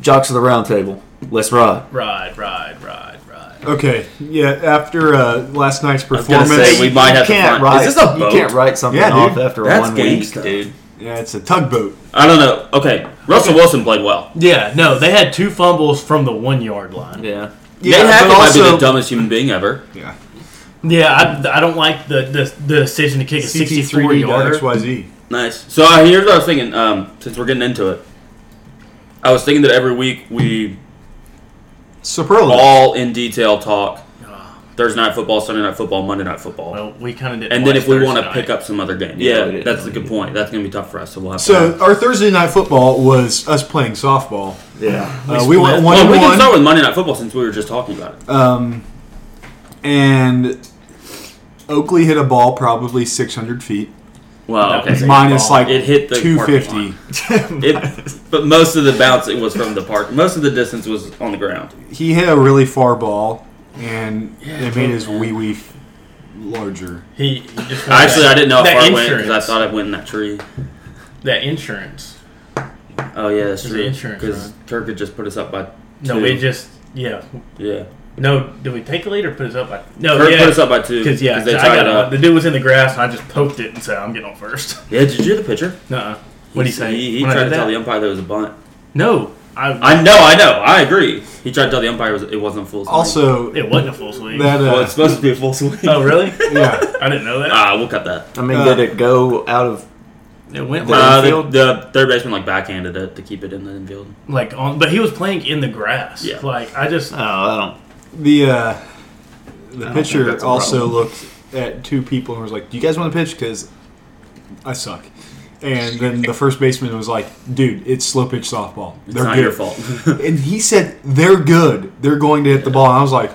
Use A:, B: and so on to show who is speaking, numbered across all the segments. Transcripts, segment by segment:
A: Jocks of the Round Table. Let's ride.
B: Ride, ride, ride, ride.
C: Okay. Yeah. After uh, last night's
D: was gonna
C: performance,
D: say, we might
A: you
D: have to
A: can't
D: find-
A: write.
D: Is this a
A: You
D: boat?
A: can't write something
C: Yeah,
A: off
C: dude.
A: after
D: That's
A: one
D: gang
A: week,
D: stuff.
A: dude.
C: yeah, it's a tugboat.
D: I don't know. Okay, Russell Wilson played well.
B: Yeah, no, they had two fumbles from the one yard line.
A: Yeah.
C: Yeah,
D: Nate Hackett
C: but
D: might be
C: also-
D: the dumbest human being ever.
C: Yeah.
B: Yeah, I, I don't like the, the, the decision to kick a 64 yarder.
C: XYZ.
D: Nice. So uh, here's what I was thinking. Um, since we're getting into it, I was thinking that every week we
C: Superlative.
D: all in detail talk Thursday night football, Sunday night football, Monday night football,
B: Well, we kind of did.
D: and then if we want to
B: Thursday
D: pick
B: night.
D: up some other game,
A: Yeah,
D: yeah,
A: we didn't
D: that's a
A: really
D: good
A: do.
D: point. That's gonna be tough for us. So we'll have
C: So uh,
D: to
C: our Thursday night football was us playing softball.
A: Yeah.
C: Uh, we went one
D: well, we
C: and
D: can
C: one,
D: start with Monday night football since we were just talking about it.
C: um, and Oakley hit a ball probably 600 feet,
D: Wow.
B: that
D: Okay.
B: was a-
C: minus
B: ball.
C: like
D: It hit the
C: 250.
D: It, but most of the bouncing was from the park. Most of the distance was on the ground.
C: He hit a really far ball, and it made his wee wee f- larger.
B: He, he just wanted
D: Actually,
B: that-
D: I didn't know how
B: Oh, that
D: far it went
B: insurance,
D: because I thought it went in that tree.
B: that insurance.
D: Oh yeah, that's
B: Is
D: true.
B: the insurance
D: Because
B: run.
D: Turk had just put us up by.
B: No,
D: two.
B: we just yeah.
D: yeah.
B: No, did we take a lead or put us up? By, no,
D: Turk
B: Oh, yeah,
D: put us up by two
B: Because yeah,
D: they
B: I
D: tied
B: got
D: it
B: up.
D: up.
B: the dude was in the grass, and I just poked it and said, "I'm getting on first.
D: Yeah, did you hear the picture?
B: Nuh-uh. What do you say?
D: He, he
B: When I
D: tried
B: did
D: to tell
B: that?
D: the umpire that it was a bunt.
B: No, I,
D: I know, I know, I agree. He tried to tell the umpire it, was, it wasn't a full swing.
C: Also,
B: it wasn't a full swing.
C: that
D: well, it's
C: uh,
D: supposed to be a full swing.
B: oh, really?
C: yeah,
B: I didn't know that.
D: Ah, we'll cut that.
A: I mean,
C: Uh,
A: did it go out of?
B: It went like,
D: Uh, the,
A: infield?
D: the third baseman like backhanded it to keep it in the infield.
B: like on, but he was playing in the grass.
D: Yeah.
B: Like I just
C: Uh,
A: Oh, I don't.
C: the uh, the
A: think that's
C: pitcher
A: a
C: also
A: problem.
C: looked at two people and was like, "Do you guys want to pitch? Because I suck." And then the first baseman was like, "Dude, it's slow pitch softball.
D: It's
C: They're
D: not
C: good."
D: your fault.
C: And he said, "They're good. They're going to hit the ball." And I was like,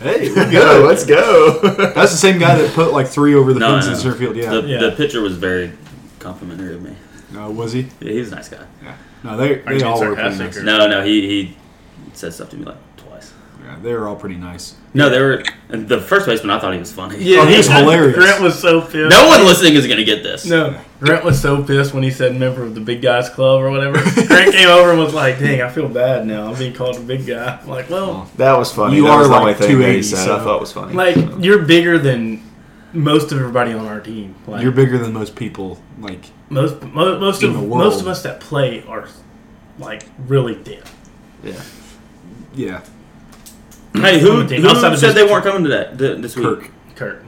C: "Hey,
A: Go,
C: we're good."
A: let's go.
C: That's the same guy that put like three over the
D: No,
C: fence
D: no,
C: in
D: no.
C: center field. Yeah,
D: the,
B: Yeah.
D: the pitcher was very complimentary of me.
C: no, was he?
D: Yeah, he was a nice guy.
C: No, they
B: Are you
C: they
B: being
C: all were pretty
B: sarcastic
C: nice.
B: or-
D: No, no, he he said stuff to me like twice.
C: Yeah, they were all pretty nice.
D: No, they were and the first baseman. I thought he was funny.
C: Oh, he was hilarious.
B: Grant was so pissed.
D: No one listening is gonna get this.
B: No, Grant was so pissed when he said member of the big guys club or whatever. Grant came over and was like, "Dang, I feel bad now. I'm being called a big guy." I'm like, well,
A: That was funny.
C: You
A: that was
C: are
A: the only
C: like
A: thing that he
C: 280,
A: said
C: so-
A: I thought was funny.
B: like you're bigger than most of everybody on our team. Like
C: You're bigger than most people. Like,
B: most mo- most
C: in
B: of
C: the world.
B: most of us that play are like really thin.
A: yeah.
C: yeah,
D: Hey, who,
B: I'm a team.
D: who
B: Outside of
D: said
B: this-
D: they weren't coming to that th- this week?
C: Kirk.
B: Kurt.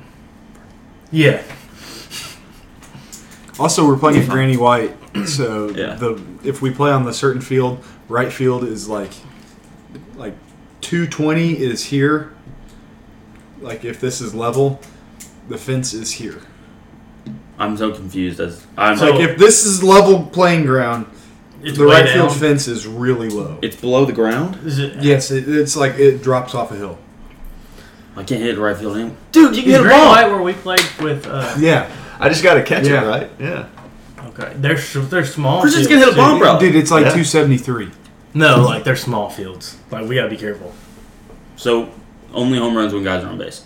B: Yeah.
C: Also, we're playing at Granny White, so
D: Yeah.
C: the if we play on the certain field, right field is like like two twenty is here. Like if this is level, the fence is here.
D: I'm so confused as I'm
B: So-
C: Like if this is level playing ground,
B: It's
C: the
B: way
C: right
B: down.
C: field fence is really low.
D: it's below the ground.
B: Is it-
C: yes, it, it's like it drops off a hill.
D: I can't hit right field anymore. Dude, you
B: Is Grant White where we played with? Uh,
C: Yeah,
A: I just got to catch
C: Yeah.
A: it right. Yeah.
B: okay, they're s- they're small.
D: Christian's
B: fields,
D: gonna hit a
B: too.
D: bomb, bro.
C: dude, it's like
A: Yeah.
C: two seventy three.
B: No, like they're small fields. Like we gotta be careful.
D: So only home runs when guys are on base.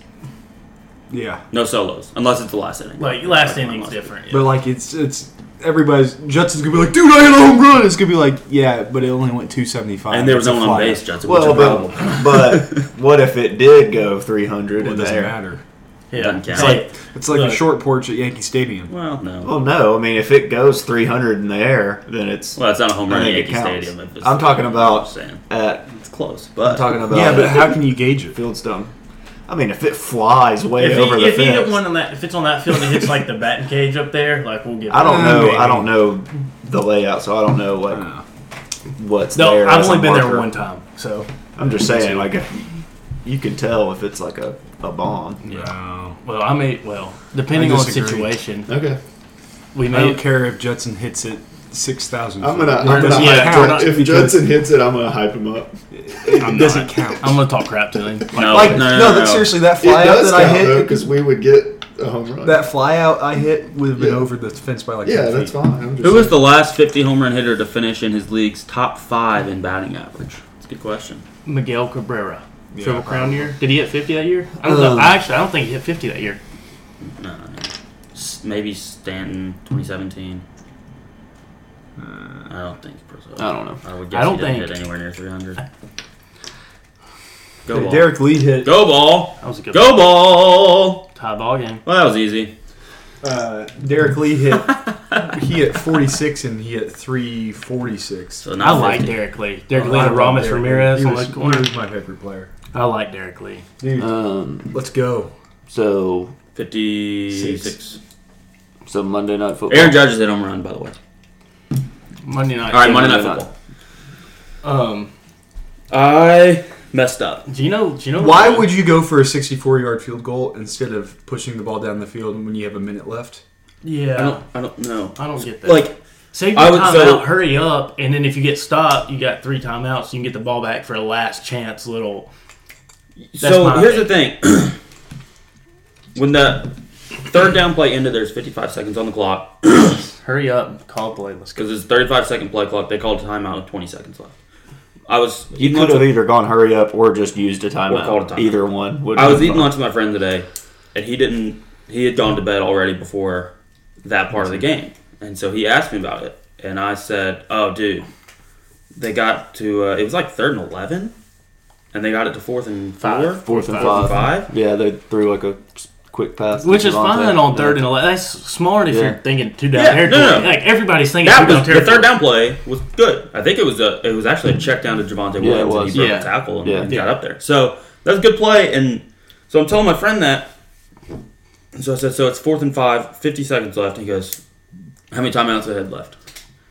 C: Yeah,
D: No solos unless it's the last inning.
B: Like last inning's
D: unless-
B: different.
C: but like it's it's. Everybody's Judson's gonna be like, dude, I hit a home run. It's gonna be like, yeah, but it only went two seventy five.
D: And there was no one on base, Judson.
A: Well,
D: which is a problem.
A: but, but what if it did go 300 in
C: Well, it
A: the
C: doesn't
A: air?
C: matter.
B: Yeah.
D: Doesn't count.
B: Hey,
C: It's like
B: Look.
C: a short porch at Yankee Stadium.
D: well, no.
A: Well, no. I mean, if it goes 300 in the air, then it's
D: Well, it's not a home
A: I
D: run at
A: think it
D: Yankee
A: counts.
D: Stadium. if it's-
A: I'm talking about-
D: I'm saying.
A: at.
D: It's close,
A: I'm
D: but
A: talking about
C: yeah, but how can you gauge it?
A: field stone. I mean, if it flies way
B: if,
A: over
B: he,
A: the
B: if he hit
A: fence,
B: one on that, if it's on that field and hits like the batting cage up there, like we'll get.
A: I don't
C: Mm,
A: know.
C: maybe.
A: I don't know the layout, so I don't know like
D: Mm.
A: what's
B: No,
A: there.
B: I've
A: as a
B: only been there
A: marker.
B: one time, so
A: I'm just saying, like, if- you can tell if it's like a, a bomb.
C: No.
B: well, I may well depending on the
C: disagree.
B: situation,
A: Okay.
B: we
C: I don't
B: may.
C: care if Judson hits it six thousand.
E: I'm gonna, I'm
B: We're
E: gonna
B: not-
E: hype
B: yeah,
E: Jud-
B: we're not-
E: if
C: because-
E: Judson hits it, I'm gonna hype him up.
C: It doesn't count.
B: I'm gonna talk crap to him. Like,
D: no,
C: like
D: no,
C: no,
D: no, no,
C: that-
D: no.
C: seriously, that
E: It
C: fly out
E: does
C: that I
E: count though,
C: hit,
E: because we would get a home run.
C: that fly out I hit would have been
E: Yeah.
C: over the fence by like
E: yeah,
C: 10
E: that's
C: feet.
E: fine. I'm just
D: Who was the last 50 home run hitter to finish in his league's top five in batting average? That's a good question.
B: Miguel Cabrera.
C: Yeah,
B: Triple Crown year? Did he hit 50 that year? I don't know.
C: Um,
B: I actually, I don't think he hit 50 that year.
D: Uh, No, no, no. S- Maybe Stanton 2017.
C: Uh,
D: I don't think Brazil.
A: I don't know.
D: I would guess
B: I don't
D: he didn't
B: think-
D: hit anywhere near 300. Go
C: hey,
D: ball.
C: Derek Lee hit.
D: Go ball.
B: That was a good
D: Go ball.
B: tie ball game.
D: Well, that was easy.
C: Uh, Derek Lee hit. he hit 46 and he hit 346.
D: So
B: I
D: not
B: like
D: 50.
B: Derek Lee. Derek
C: Oh,
B: Lee
C: I
B: to
C: love
B: Ramos
C: Derek Lee.
B: Ramirez
C: He
B: on
C: was,
B: the
C: he
B: corner.
C: was my favorite player.
B: I like Derek Lee.
C: Dude,
A: Um,
C: let's go.
A: so
D: 56.
A: so Monday night football.
D: Aaron Judge is hit home run, by the way.
B: Monday night.
D: All right, Monday
A: Monday
D: Night
A: night.
D: Football.
B: Um,
D: I messed up.
B: do you know? Do you know
C: Why would you go for a 64 yard field goal instead of pushing the ball down the field when you have a minute left?
B: Yeah,
D: I don't. I don't know.
B: I don't get that.
D: Like
B: Save
D: I
B: your
D: would
B: timeout,
D: go-
B: hurry up, and then if you get stopped, you got three timeouts. You can get the ball back for a last chance little.
D: so.
B: my
D: Here's the thing. when the third down play ended, there's 55 seconds on the clock
B: Hurry up, call play. Let's go.
D: because it's 35 second play clock. They called a timeout with 20 seconds left. I was
A: You
D: eating
A: could
D: lunch
A: have
D: with,
A: either gone hurry up or just used a timeout.
D: called a timeout.
A: Either one. would
D: I
A: have
D: was
A: been
D: eating
A: fine.
D: lunch with my friend today, and he didn't. He had gone to bed already before that part of the game, and so he asked me about it, and I said, "Oh, dude, they got to. Uh, it was like third and eleven, and they got it to fourth and
B: Five.
D: four,
A: Fourth and
D: fourth
A: five.
D: and five.
A: Yeah, they threw like a s- quick pass. to
B: Which is
A: Devontae.
B: fine on third and eleven. That's smart if
A: Yeah.
B: you're thinking two down
D: Yeah,
B: territory.
D: no, no.
B: Like everybody's thinking
D: That
B: two
D: was
B: down
D: the
B: territory.
D: third down play was good. I think it was a it was actually a check down to Javante Williams.
A: Yeah, it
D: And
A: was.
D: he broke
B: Yeah.
D: a tackle and,
A: Yeah.
D: and got up there. So that's a good play. And so I'm telling my friend that. And so I said, so it's fourth and five, 50 seconds left. And he goes, how many timeouts they had left?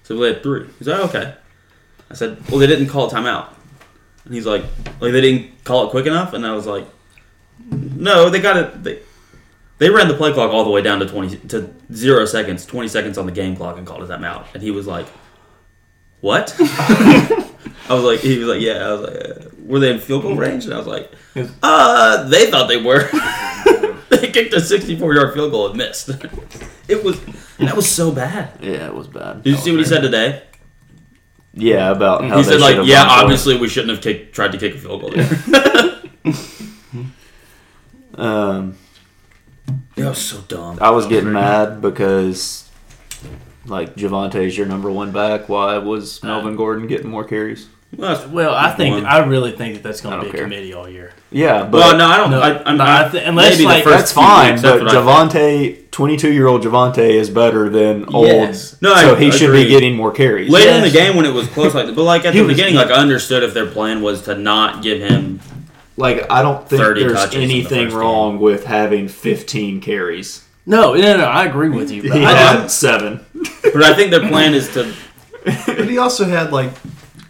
D: So they had three. He's like, okay. I said, well, they didn't call a timeout. And he's like, like they didn't call it quick enough. And I was like, no, they got it. They, they ran the play clock all the way down to twenty to zero seconds, twenty seconds on the game clock, and called his timeout. And he was like, "What?" I was like, he was like, "Yeah." I was like, uh, "Were they in field goal range?" And I was like,
B: Yes.
D: "Uh, they thought they were. they kicked a sixty-four yard field goal and missed. it was and that was so bad."
A: Yeah, it was bad.
D: Did you see what he said today?
A: Yeah, about how
D: He
A: Oh, they
D: said like,
A: should've
D: "Yeah,
A: gone for it."
D: obviously we shouldn't have kicked, tried to kick a field goal." There.
A: Um,
D: that was so dumb.
A: I was getting mad because like Javante's your number one back. Why was
D: Uh,
A: Melvin Gordon getting more carries?
D: Well, that's-
B: Well, I think
D: One.
B: I really think that that's going
A: I
B: to
A: don't
B: be a
A: care.
B: committee all year.
A: Yeah, but
D: well, no, I don't.
B: No,
D: I, I'm,
B: no,
D: I,
B: I thi- unless,
D: maybe the
B: like-
D: first
A: that's
D: few
A: fine.
D: weeks, that's
A: but
D: what I thought.
A: Javante, twenty-two-year-old Javante, is better than old.
B: Yes.
D: No, I
A: so he should be
D: agree.
A: getting more carries.
D: Later in the
B: Yes.
D: game when it was close, like but like at
B: He
D: the
B: was-
D: beginning, like I understood if their plan was to not give him.
A: Like I don't think
D: 30
A: there's
D: touches in the
A: anything
D: first
A: wrong with having fifteen carries.
B: No, no, no. I agree with you.
A: He
B: But I,
A: had seven.
D: But I think their plan is to.
C: But he also had like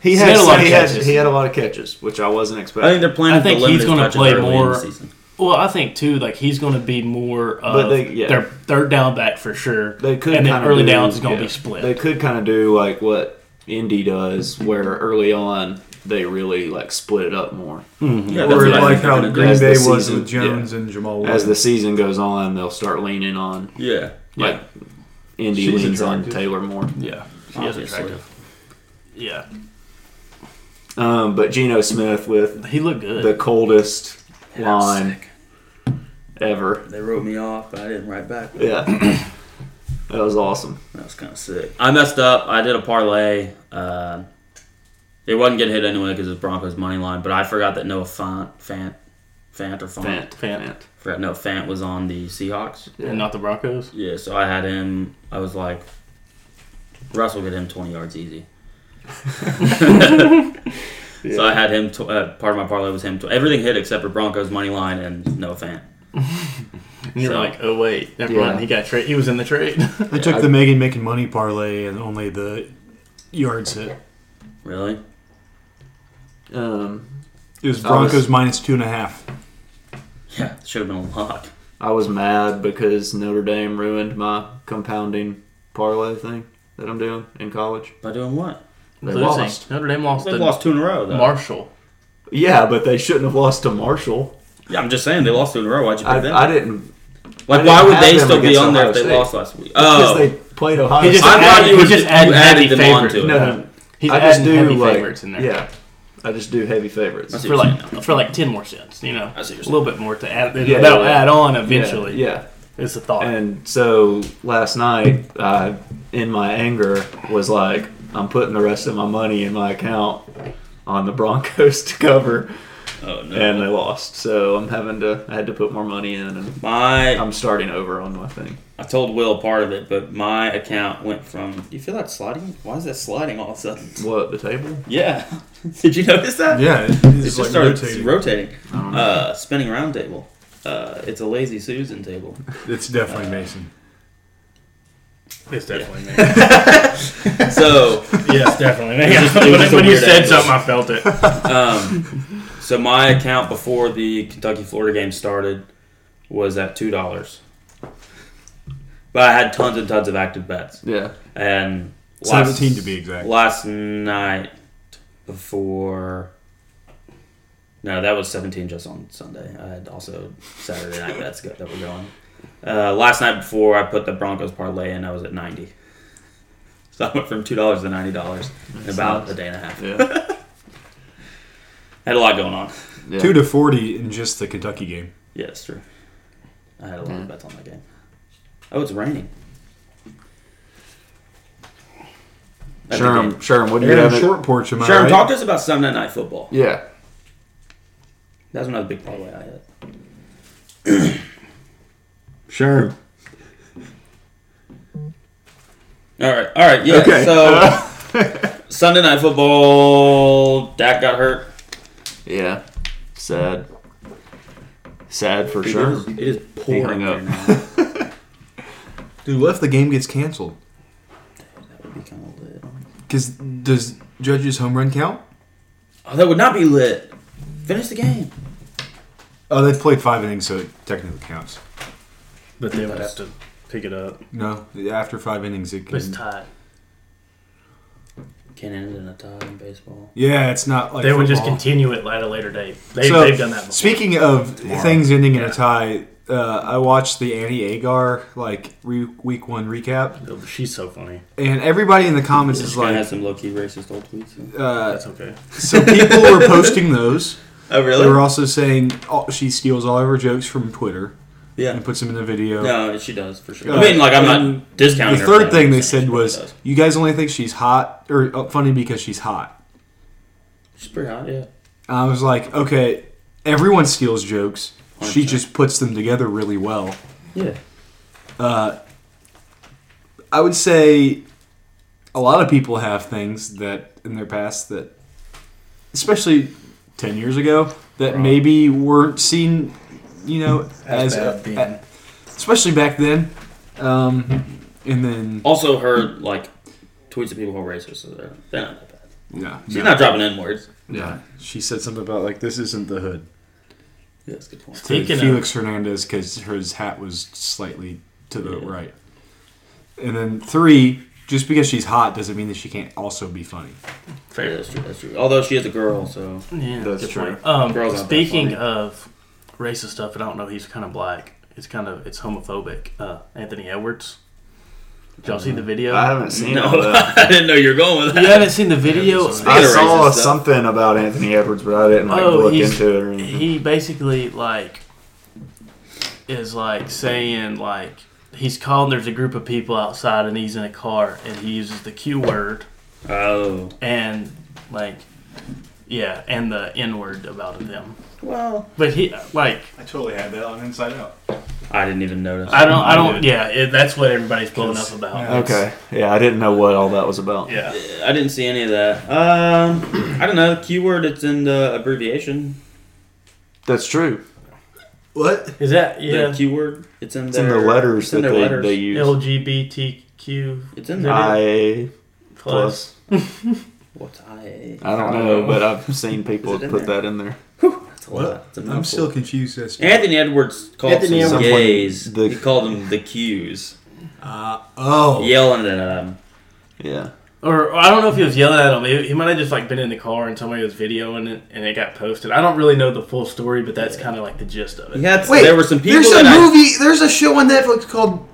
A: He
B: had
A: had,
B: a lot of
A: he, had,
B: catches.
A: he had a lot of catches, which I wasn't
D: I
A: expecting.
D: think their plan
B: I
D: is
B: think
D: to limit
B: he's
D: his
B: gonna
D: touches
B: play
D: early in
B: more-
D: the season.
B: well, I think too. Like he's going to be more of
A: But they- yeah.
B: their third down back for sure.
A: they could
B: and then
A: kinda
B: early
A: do-
B: downs is going to
A: yeah.
B: be split.
A: They could kind of do like what Indy does, where early on they really like split it up more.
D: Yeah, that's
C: or
D: what I
C: like
D: think they're
C: how
D: gonna do.
C: Green
A: As the
C: Bay was
A: season-
C: with Jones and Jamal.
A: As
C: Williams.
A: the season goes on, they'll start leaning on
D: Yeah,
A: like Indy
C: She's
A: leans on
C: attractive.
A: Taylor more.
B: yeah, he is
D: obviously.
B: attractive. Yeah,
A: Um, but Geno Smith with
B: he looked good.
A: the coldest
D: Yeah,
A: line
D: sick.
A: ever.
D: They wrote me off, but I didn't write back.
A: Yeah, that was awesome.
D: That was kind of sick. I messed up. I did a parlay. Uh, it wasn't getting hit anyway because it's Broncos money line. But I forgot that Noah Fant, Fant, Fant or Font,
A: Fant,
B: Fant.
A: Fant.
D: forgot Noah Fant was on the Seahawks.
B: and not the Broncos.
D: Yeah, so I had him. I was like, Russ will get him 20 yards easy. So I had him. Tw- uh, part of my parlay was him. Tw- everything hit except for Broncos money line and no fan.
B: And you're
D: So-
B: like, oh wait, never mind.
A: Yeah.
B: He got trade. He was in the trade.
C: I took the Megan making money parlay and only the yards hit.
D: Really?
A: Um,
C: It was
A: I was-
C: Broncos minus two and a half.
D: Yeah, should have been a lock.
A: I was mad because Notre Dame ruined my compounding parlay thing that I'm doing in college.
D: By doing what?
A: They
B: Losing.
A: lost.
B: Notre Dame lost.
D: They
B: to
D: lost two in a row. Though.
B: Marshall.
A: Yeah, but they shouldn't have lost to Marshall.
D: yeah, I'm just saying they lost two in a row. Why'd you pick
A: I,
D: them?
A: I didn't
D: like,
A: I
D: why
A: didn't
D: would
A: have
D: they
A: them
D: still be
A: against
D: on there
A: Ohio
D: if they
A: State.
D: lost last week?
A: because
D: Oh,
A: they played Ohio
B: He just
A: State.
D: I thought
B: added,
D: you
B: he
D: would-
B: just
D: you
B: added
D: added
B: heavy
D: them on
B: favorites.
D: to it.
B: No,
A: No,
B: no. He's
A: I just
B: adding
A: do
B: heavy
A: like
B: favorites in there.
A: yeah, I just do heavy favorites.
D: I see
B: For
D: what you're
B: like for like ten more cents, you know,
D: I
B: a
D: see what you're
B: little bit more to add.
A: Yeah,
B: that'll
A: yeah, yeah.
B: add on eventually.
A: yeah, yeah.
B: It's a thought.
A: And so last night, I, in my anger, was like, I'm putting the rest of my money in my account on the Broncos to cover,
D: Oh no.
A: and uh, they lost. So I'm having to, I had to put more money in, and
D: my
A: I'm starting over on my thing.
D: I told Will part of it, but my account went from. Do you feel that sliding? Why is that sliding all of a sudden?
A: What, the table?
D: Yeah. Did you notice that?
C: Yeah, it- it's,
D: It just
C: like
D: started
C: rotating.
D: rotating.
A: I don't know.
D: Uh, spinning round table. Uh, it's a lazy Susan table.
C: it's definitely Mason.
B: it's definitely me.
D: So,
B: yeah, it's definitely me.
D: It was just- it was just a
B: when you
D: weird
B: said
D: angle.
B: something, I felt it.
D: um, so my account before the Kentucky Florida game started was at two dollars, but I had tons and tons of active bets.
A: yeah.
D: And last-
C: 17 to be exact.
D: Last night before. No, that was 17 just on Sunday. I had also Saturday night bets go- that were going. Uh, last night before, I put the Broncos parlay in, I was at 90. So I went from $2 to $90 in about
A: nice.
D: a day and a half.
A: Yeah.
D: I had a lot going on.
A: yeah.
C: 2 to 40 in just the Kentucky game.
D: Yeah, it's true. I had a lot
A: Yeah.
D: of bets on that game. Oh, it's raining. At the
A: Sherm,
D: game.
A: Sherm, what do you
C: Yeah,
A: have? it-
C: short porch, am I
D: Sherm,
C: right?
D: talk to us about Sunday night football.
A: Yeah.
D: That was another big parlay I had.
E: Sure.
D: All right, all right, yeah.
E: Okay.
D: So Sunday night football, Dak got hurt.
A: Yeah. Sad. Sad for sure.
D: It is, it is pouring
A: hung up.
D: there now.
C: Dude, what if the game gets canceled?
D: that would be kind of lit.
C: Because does Judge's home run count?
D: Oh, that would not be lit. Finish the game.
C: Oh, they played five innings, so it technically counts.
B: But they would have to pick it up.
C: No, after five innings, it
B: It's
C: can.
B: tied.
D: Can't end it in a tie in baseball.
C: Yeah, it's not like
B: They would just
C: football.
B: continue it at a later date. They,
C: So,
B: they've done that before.
C: Speaking of things ending in
B: Yeah.
C: a tie, uh, I watched the Annie Agar like re- week one recap,
B: Oh, She's so funny.
C: and everybody in the comments
D: This
C: is
D: guy
C: like,
D: has some low key racist old tweets. huh?
C: uh,
B: That's okay.
C: so people were posting those.
D: Oh,
C: They
D: really?
C: were also saying oh, she steals all of her jokes from Twitter
D: yeah.
C: and puts them in the video.
D: No, she does for sure.
C: Uh,
D: I mean, like I'm
C: and
D: not discounting.
C: The
D: her
C: third
D: for that.
C: thing
D: I'm
C: they
D: just saying
C: said
D: she probably
C: was,
D: does.
C: "You guys only think she's hot or uh, funny because she's hot."
D: she's pretty hot. Yeah.
C: I was like, okay, everyone steals jokes. She
D: 100%.
C: just puts them together really well.
D: Yeah.
C: I would say a lot of people have things that in their past that, especially 10 years ago, that
B: Right.
C: maybe weren't seen, you know, as,
B: As bad then.
C: a- especially back then. Um, and then,
D: Also, her like tweets of people who are racist. So they're, they're not that bad.
C: yeah,
D: She's not dropping in words.
C: yeah. She said something about, like, this isn't the hood.
D: Yeah, that's a good point.
C: to
B: Speaking of-
C: Felix Hernandez because his hat was slightly to the
D: Yeah.
C: right. And then three, just because she's hot doesn't mean that she can't also be funny.
D: Yeah, that's true. That's true. Although she is a girl, so
B: Yeah,
A: That's
B: good
A: true.
B: point. Um,
D: Girls aren't that
B: speaking
D: funny.
B: of racist stuff, and I don't know, he's kind of black. It's kind of it's homophobic. Uh, Anthony Edwards. Did y'all see the video?
A: I haven't seen all
D: no,
A: that.
D: I didn't know you were going with
B: you
D: that.
B: haven't seen the video.
D: Speaking
A: I
D: of
A: saw
D: racist stuff.
A: something about Anthony Edwards, but I didn't like
B: Oh,
A: look
B: he's-
A: into it or anything.
B: he basically like is like saying like he's calling. There's a group of people outside, and he's in a car, and he uses the Q word
D: Oh,
B: and like yeah, and the N word about them.
D: well,
B: But he like
C: I totally had that on Inside Out.
D: I didn't even notice.
B: I don't I don't yeah. It, that's what everybody's blowing up about.
C: Yeah.
A: Okay. Yeah, I didn't know what all that was about.
B: Yeah.
D: I didn't see any of that. Um, I don't know. Keyword. It's in the abbreviation.
A: That's true.
C: What?
B: Is that yeah?
D: The keyword. It's in.
A: It's in the
D: their-
A: letters
D: It's in
A: that
D: their
A: they,
D: letters.
A: they use.
B: LGBTQ
D: It's in there.
A: I
B: plus.
A: plus.
D: What's I?
A: I don't know, but I've seen people
D: Is it in
A: put
D: there?
A: that in there.
D: That's a lot. It's a
C: I'm still
D: mouthful.
C: confused as to.
D: Anthony Edwards called
B: Anthony
D: some
A: Edwards-
D: gays.
A: Someone- the-
D: he called them the Qs,
C: Uh, oh.
D: yelling at them.
A: Yeah.
B: Or I don't know if he was yelling at him. He, he might have just like been in the car and somebody was videoing it and it got posted. I don't really know the full story, but that's kind of like the gist of it.
D: He had. there were some people.
C: There's
D: that
C: a
D: I-
C: movie. there's a show on Netflix called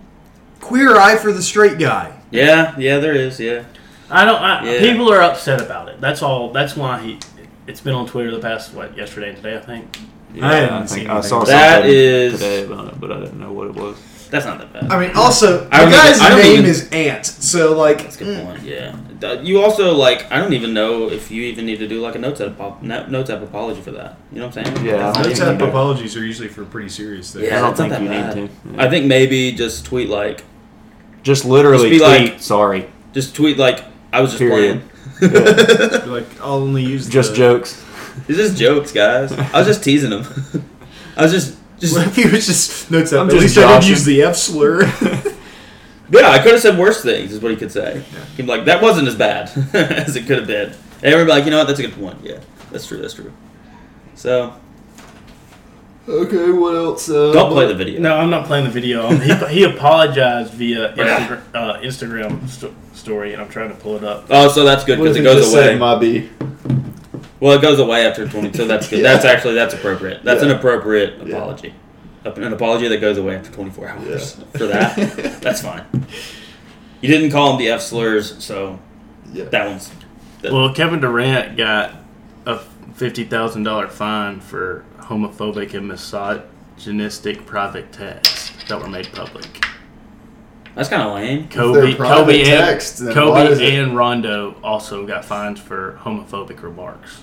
C: Queer Eye for the Straight Guy.
D: yeah, yeah, there is. Yeah.
B: I don't. I,
D: Yeah.
B: People are upset about it. That's all. That's why he. It's been on Twitter the past what yesterday and today I think.
A: yeah
C: I haven't
A: think
C: seen
A: I
C: anything
A: saw
D: about it. That
A: something
D: is-
A: today about it, but I didn't know what it was.
D: That's not that bad.
C: I mean, also the
D: I don't
C: guy's
D: even- I don't
C: name
D: even-
C: is Ant, so like, mm.
D: That's a good point. Yeah. Th- You also like I don't even know if you even need to do like a notes app apo- no- notes app apology for that. You know what I'm saying?
A: Yeah,
D: That's
A: I
D: not
A: don't
C: notes
D: even
C: app
D: good.
C: apologies are usually for pretty serious things.
D: Yeah,
A: I don't
D: that's not
A: think
D: that
A: you
D: bad.
A: need to. Yeah.
D: I think maybe just tweet like
A: Just literally
D: Just be
A: tweet
D: like-
A: sorry.
D: just tweet like I was just
A: Period.
D: playing.
C: Like I'll only use
A: Just
C: the,
A: jokes.
D: it's just jokes, guys. I was just teasing them. I was just just
C: What if he was just notes
A: I'm
C: app? At
A: just
C: least I didn't
A: joshing.
C: use the F slur.
D: yeah. I could have said worse things, is what he could say. He'd be like that wasn't as bad as it could have been. And everybody like you know what? That's a good point. Yeah, that's true. That's true. So
E: Okay, what else? Uh,
D: don't play the video.
B: No, I'm not playing the video. Um, he, he apologized via Instagram, uh, Instagram sto- story, and I'm trying to pull it up.
D: Oh, so that's good
E: What
D: because
E: if
D: it
E: he
D: goes
E: just
D: away.
E: said my B?
D: Well, it goes away after 20, so that's good.
E: Yeah.
D: That's actually that's appropriate. That's an
E: Yeah.
D: appropriate
E: Yeah.
D: apology. An apology that goes away after 24 hours
E: Yeah.
D: for that. that's fine. You didn't call him the F slurs, so
E: Yeah.
D: that one's
B: Well, Kevin Durant got a fifty thousand dollar fine for homophobic and misogynistic private texts that were made public.
D: that's kind of lame.
B: Kobe,
E: they're private
B: Kobe,
E: texts,
B: and,
E: then why does
B: Kobe
E: it-
B: and Rondo also got fines for homophobic remarks.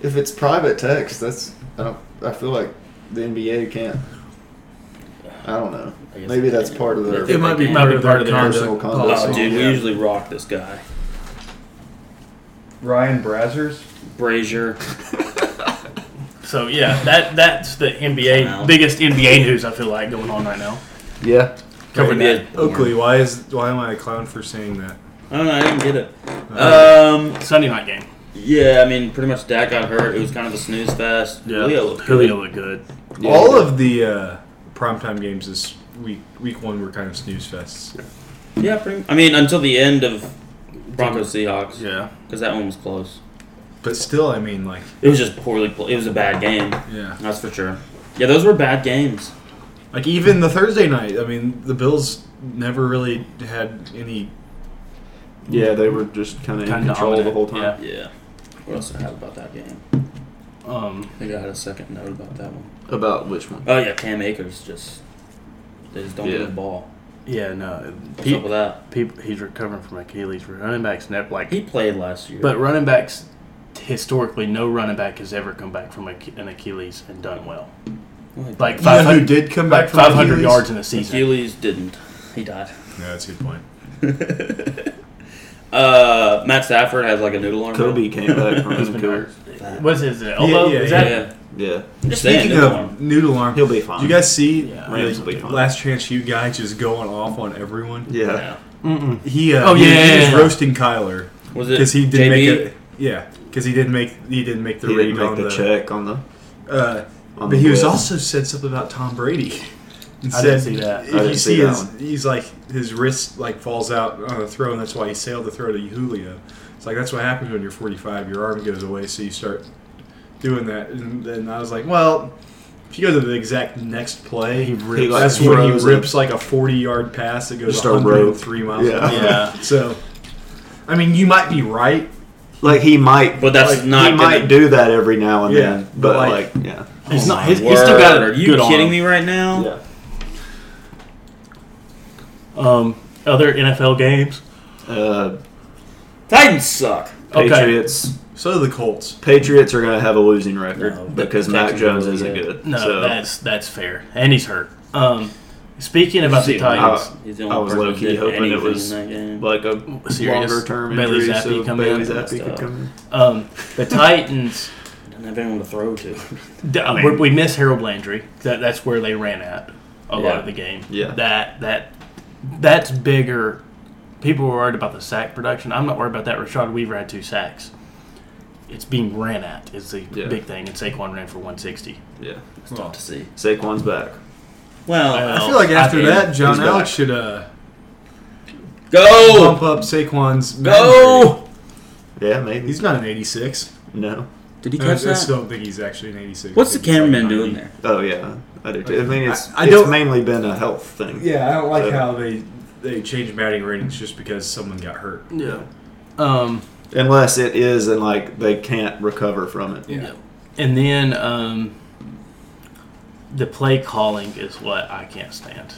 E: If it's private text, that's I don't. I feel like the NBA can't. I don't know.
D: I guess
E: Maybe
D: they
E: that's
D: can.
E: part of their.
D: It might be
B: Might be part of their
E: personal conduct.
D: Oh, dude, we
E: Yeah.
D: usually rock this guy.
C: Ryan Brazzers.
D: Brazier.
B: So yeah, that that's the NBA
D: Wow.
B: biggest NBA news I feel like going on right now.
E: Yeah.
B: Covering that.
D: NBA.
C: Oakley, why is why am I a clown for saying that?
D: I don't know. I didn't get it. Um.
B: Sunday night game.
D: Yeah. I mean, pretty much. Dak got hurt. It was kind of a snooze fest. Julio looked
B: Julio
D: good.
B: looked good.
E: Yeah.
C: All of the uh, primetime games this week, week one, were kind of snooze fests.
D: Yeah. Pretty. I mean, until the end of Broncos Seahawks.
B: Yeah.
D: Because that one was close.
C: But still, I mean, like,
D: It was just poorly. Pl- it was a bad game.
C: yeah,
D: That's for sure. Yeah, those were bad games.
C: like even the Thursday night. I mean, the Bills never really had any.
A: Yeah, they were just kind of in
B: Kinda
A: control the
B: dominant,
A: whole time.
B: yeah.
D: Yeah. What else do I have about that game?
B: Um,
D: I think I had a second note about that one.
A: About which one?
D: Oh yeah, Cam Akers just they just don't get
A: Yeah.
D: the ball.
B: yeah, no.
D: What's
B: He,
D: up with that?
B: he- he's recovering from Achilles. Running backs never like
D: He played last year.
B: But running backs, historically, no running back has ever come back from a, an Achilles and done well. Like
C: You know who
B: 500,
C: did come
B: like
C: back from
B: 500
C: Achilles?
B: yards in a season.
D: Achilles didn't. He died.
C: Yeah, that's a good point.
D: uh, Matt Stafford has like a noodle arm.
A: Kobe came back from his
D: He's been
A: Achilles.
D: hurt.
B: What's his elbow?
C: yeah,
B: Is
D: Yeah.
B: that
D: yeah.
A: Yeah,
D: I'm just saying
C: Speaking
D: noodle
C: of
D: arm.
C: noodle arm,
A: he'll be fine.
C: Do you guys see
B: Yeah.
A: Rams will be
C: the
A: fine.
C: last chance you guy just going off on everyone?
A: Yeah,
D: Yeah.
B: Mm-mm.
C: He uh,
B: Oh,
C: he,
B: yeah,
C: he
B: yeah,
C: was
B: yeah.
C: roasting Kyler
D: Was it?
C: because he didn't
D: JB?
C: make it. Yeah, because he didn't make he didn't make the
A: he
C: read
A: didn't make
C: on
A: the,
C: the,
A: check on the.
C: Uh,
A: On
C: but
A: the
C: he was
A: blitz.
C: also said something about Tom Brady. And
B: I didn't see that. I
C: If you
A: didn't
C: see,
A: see that
C: his,
A: one.
C: he's like his wrist like falls out on a throw, and that's why he sailed the throw to Julio. It's like that's what happens when you're 45. Your arm goes away, so you start doing that. And then I was like, well, if you go to the exact next play,
B: He
A: He
B: rips.
A: like
C: that's when he
A: throws
C: rips like a 40 yard pass that goes
A: Just a rope.
C: 103 miles.
E: Yeah.
C: an hour.
B: Yeah.
C: So, I mean, you might be right.
A: Like he might,
D: But that's
C: Like,
D: not.
A: he
D: gonna-
A: might do that every now and
C: Yeah,
A: then.
C: but
A: But
C: like-
A: like, yeah,
B: he's
D: Oh
B: not.
D: my
B: He's, he's still got.
D: word. Are you
B: good
D: kidding
B: arm.
D: me right now?
B: Um, other NFL games.
A: Uh,
D: Titans suck.
B: Okay.
A: Patriots.
C: So do the Colts.
A: Patriots are going to have a losing record
D: No, the
A: because Mac
D: Texans
A: Jones
D: really
A: isn't
D: good.
A: good.
B: No,
A: so
B: that's that's fair, and he's hurt. Um, speaking about the
D: He's the only-
B: Titans,
D: he's the only
A: I was
D: person
A: low-key
D: that did
A: hoping it
D: anything
A: was-
D: in that game.
A: like a
B: serious.
A: longer term
B: Bailey
A: injury,
B: Zappe
A: so
B: come in?
A: Bailey
D: Messed
A: Zappi could
D: up.
A: come
B: um, the Titans.
D: Didn't have anyone to throw to.
B: D-
A: I mean-
B: we're- we miss Harold Landry. That, that's where they ran at a lot
D: Yeah.
B: of the game.
A: Yeah.
B: That that that's bigger. People were worried about the sack production. I'm not worried about that. Rashad Weaver had two sacks. It's being ran at is the
A: Yeah.
B: big thing, and Saquon ran for 160.
A: in. Yeah,
D: It's tough to see.
A: Saquon's back.
D: Well,
B: Well,
C: I feel like
B: I
C: after
B: mean,
C: that, John
A: he's back.
C: Alex should uh,
D: go,
B: Oh.
C: bump up Saquon's. boundary.
D: go.
A: Yeah, maybe
C: He's not an 86.
A: no.
D: Did he
C: I, I
D: catch that?
C: still don't think he's actually an 86.
D: What's the
C: I think he's like
D: cameraman
C: 90.
D: doing there?
A: Oh yeah, I do too. I mean, it's,
C: I- I
A: it's
C: don't-
A: mainly been a health thing.
C: Yeah, I don't like
A: Uh,
C: how they they changed batting ratings just because someone got hurt.
B: Yeah. Um.
A: unless it is and like they can't recover from it.
C: Yeah.
B: And then um, the play calling is what I can't stand.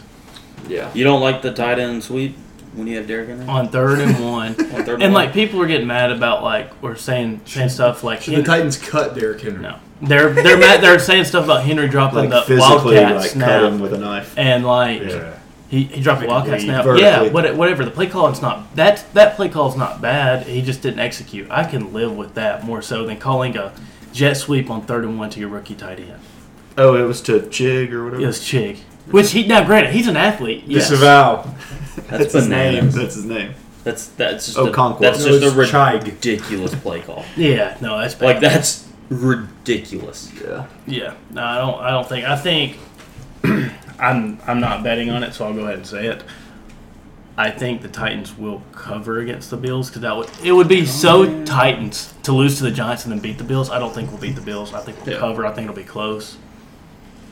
A: Yeah.
D: You don't like the tight end sweep when you have Derrick Henry?
B: on third and one.
D: On third
B: and
D: one?
B: like people are getting mad about like we're saying saying stuff like
C: Should the Titans cut Derrick Henry?
B: no they're they're mad they're saying stuff about Henry
A: Like
B: dropping the
A: physically,
B: Wildcat
A: like cut him
B: snap
A: with a knife.
B: and like
C: Yeah.
B: he, he dropped a
A: Like,
B: Wildcat
A: we-
B: snap yeah
A: vertically.
B: what, whatever the play calling's not that that play call's not bad he just didn't execute I can live with that more so than calling a jet sweep on third and one to your rookie tight end
A: Oh, it was to Chig or whatever.
B: it was Chig which he now granted he's an athlete yes.
C: Disavow.
D: That's
A: his name.
D: bananas.
A: That's his name.
D: That's that's just
A: Okonkwo.
D: a, that's
C: No,
D: just a
C: it's Chig.
D: ridiculous play call.
B: yeah no that's bad.
D: Like that's ridiculous.
A: Yeah.
B: Yeah, no, I don't. I don't think. I think I'm. I'm not betting on it, so I'll go ahead and say it. I think the Titans will cover against the Bills because that would it would be so Titans to lose to the Giants and then beat the Bills. I don't think we'll beat the Bills. I think we'll
A: Yeah.
B: cover. I think it'll be close.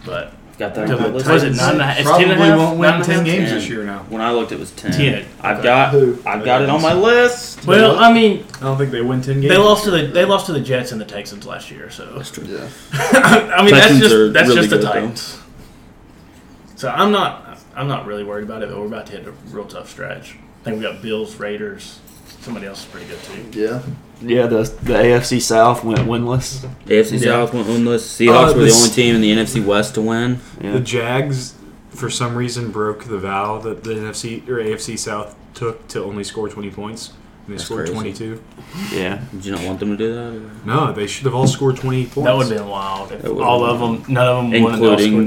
B: But
D: Got that?
B: Yeah,
D: on my
B: but
D: list.
B: was it nine and a half? It's
C: Probably
B: ten and a half.
C: won't
B: Nine
C: win
B: and a
C: ten
B: half?
C: games this
D: Ten.
C: year now.
D: When I looked, it was ten.
B: Ten.
D: I've got
E: Who?
D: I've got it on my list.
B: well, I mean,
C: I don't think they win ten games.
B: they lost to the they lost to the Jets and the Texans last year. So
E: Yeah.
B: I mean, that's
D: Texans are
B: just that's
D: really
B: just the
D: good, though.
B: Titans. So I'm not I'm not really worried about it, but we're about to hit a real tough stretch. I think we got Bills, Raiders. Somebody else is pretty good too.
E: Yeah.
A: Yeah. The the AFC South went winless.
D: AFC
B: Yeah.
D: South went winless. Seahawks
C: Uh,
D: were the
C: this-
D: only team in the NFC West to win.
A: Yeah.
C: The Jags, for some reason, broke the vow that the NFC or AFC South took to only score 20 points. And they
D: That's
C: scored
D: crazy.
C: 22.
A: Yeah.
D: Did you not want them to do that? or-
C: No, they should have all scored 20 points.
B: That would have been wild. If
D: That would've
B: all
D: been
B: of them, none of them,
D: Including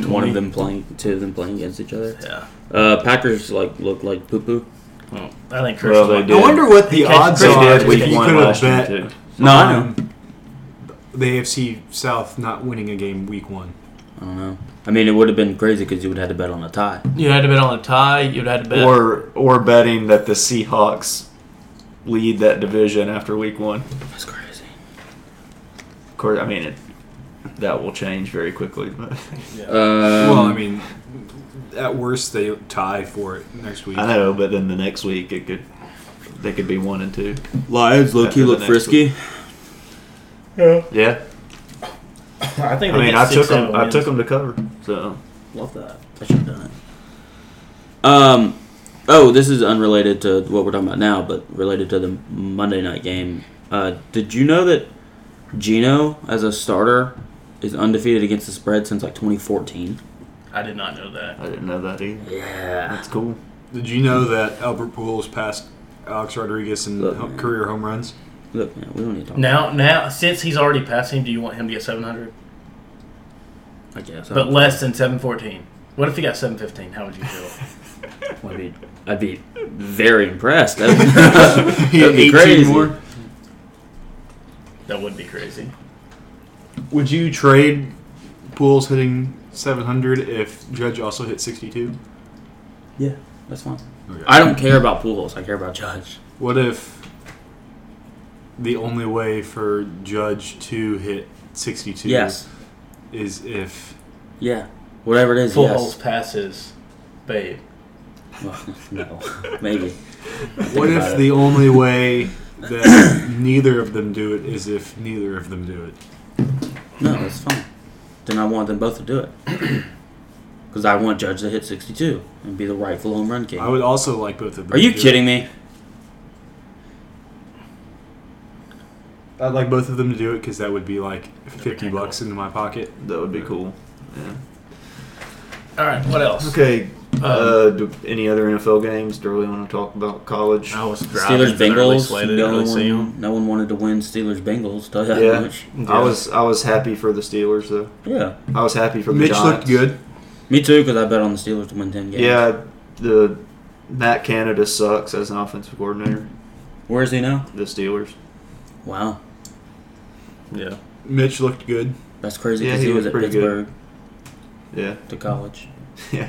B: one
D: one
B: of
D: of
B: them.
D: them playing, two of them playing against each other.
B: Yeah,
D: Uh, Packers like look like poo poo.
B: well, I think Chris.
A: Well, they
C: I
A: did.
C: wonder what the
B: Because
C: odds
A: They
B: Chris
C: are
A: did
B: Godwin
C: if
A: week
C: you
A: one
C: could have
A: last year
C: bet
A: too.
D: No, I know.
C: on the AFC South not winning a game week one.
D: I don't know. I mean, it would have been crazy because you would have had to bet on a tie.
B: You had to bet on a tie. You'd had to bet.
A: Or or betting that the Seahawks lead that division after week one.
D: That's crazy.
A: Of course, I mean it, that will change very quickly. But
D: Um,
C: well, I mean, at worst, they tie for it next week.
A: I know, but then the next week it could they could be one and two.
D: Lions low
A: After
D: key
A: the
D: look
A: next
D: frisky.
A: Yeah,
B: I think.
A: I
B: they
A: mean
B: get
A: I
B: six,
A: took
B: seven
A: them I
B: wins.
A: took them to cover. So
D: Love that. I should have done it. Um, oh, this is unrelated to what we're talking about now, but related to the Monday night game. Uh, did you know that Gino, as a starter, is undefeated against the spread since like 2014?
B: I did not know that.
A: I didn't know that either.
D: Yeah.
A: That's cool.
C: Did you know that Albert Pujols passed Alex Rodriguez in
D: Look,
C: ho-
D: man.
C: career home runs?
D: Look, man, we don't need to talk.
B: Now, now, since he's already passing, do you want him to get seven hundred?
D: I guess.
B: But less than seven fourteen. What if he got seven fifteen? How would you feel?
D: I'd be, I'd be very impressed. That'd be, that'd be
C: 18
D: crazy.
C: more.
B: That would be crazy.
C: Would you trade Pools hitting 700 if Judge also hit 62?
D: Yeah, that's fine.
C: Okay.
D: I don't care about Pujols. I care about Judge.
C: What if the only way for Judge to hit 62
D: Yes.
C: is if
D: Yeah. Whatever it is.
B: Full
D: yes.
B: holes passes, babe.
D: Well, no, maybe.
C: what
D: about
C: if
D: it.
C: the only way that neither of them do it is if neither of them do it?
D: No, that's fine. Then I want them both to do it. Because I want Judge to hit 62 and be the rightful home run king.
C: I would also like both of them.
D: Are you
C: to do it.
D: kidding me?
C: I'd like both of them to do it because that would be like 50
B: That'd be
C: bucks into my pocket.
A: That would be cool. Yeah.
B: All right, what else?
A: Okay.
B: Um,
A: Uh, do, any other NFL games? Do we want to talk about college?
B: I was driving
D: Steelers
B: to Early
D: Bengals.
B: Slate. I didn't
D: No
B: really see
D: one,
B: 'em.
D: no one wanted to win Steelers Bengals. Tell you that
A: Yeah.
D: much.
A: I was I was happy for the Steelers though.
D: Yeah.
A: I was happy for the
C: Mitch
A: Giants.
C: looked good.
D: Me too, because I bet on the Steelers to win 10 games.
A: Yeah, the Matt Canada sucks as an offensive coordinator.
D: Where is he now?
A: The Steelers.
D: Wow.
B: Yeah.
C: Mitch looked good.
D: That's crazy
A: Yeah,
D: because
A: he
D: he, was
A: was
D: at
A: pretty good.
D: Pittsburgh
A: Yeah,
D: to college.
A: yeah,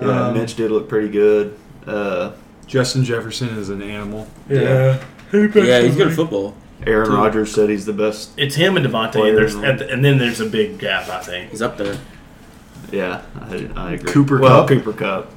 A: yeah.
C: Um,
A: Mitch did look pretty good. Uh,
C: Justin Jefferson is an animal.
A: Yeah.
D: Yeah, he's good at football.
A: Aaron
D: Dude.
A: Rodgers said he's the best.
B: It's him and Devontae,
A: Player
B: and, there's,
A: in the-
B: at the- and then there's a big gap, I think.
D: He's up there.
A: Yeah, I, I agree.
C: Cooper
A: well,
C: Kupp.
A: Cooper Cup.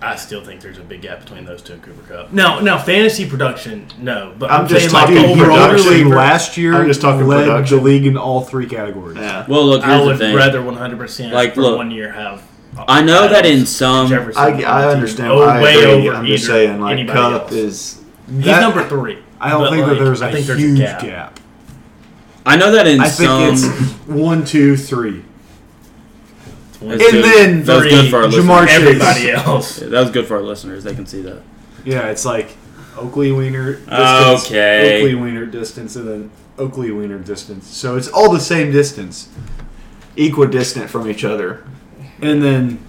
B: I still think there's a big gap between those two and Cooper Cup. No, no, fantasy production, no. But
A: I'm
B: I'm,
A: just
B: saying
A: talking
B: like
C: Dude, he
A: overall
C: literally
A: receiver.
C: last year
A: I'm just talking
C: led
A: production.
C: the league in all three categories.
A: Yeah,
D: Well, look, here's
B: I would
D: the thing.
B: rather 100%
D: Like,
B: for
D: look.
B: one year have uh,
D: I know that in
B: Adams,
D: some.
B: Jefferson.
A: I, I understand.
B: Oh,
A: I
B: way
A: agree.
B: over
A: I'm just
B: either
A: saying, like
B: anybody
A: Cup
B: else.
A: is
B: He's
C: That-
B: number three.
C: I don't
B: but,
C: think
B: like,
C: that there's a
B: I think there's a
C: huge
B: gap.
C: gap.
D: I know that in
C: I think
D: some.
C: it's one, two, three.
B: It's one,
D: That's
C: And
B: two,
D: good-
C: then
D: that was good for our
C: three,
D: listeners.
C: Jamar-
B: everybody else.
D: Yeah, that was good for our listeners. They can see that.
C: Yeah, it's like Oakley Wiener distance,
D: Okay.
C: Oakley Wiener distance, and then Oakley Wiener distance. So it's all the same distance.
A: equidistant from each other.
C: And then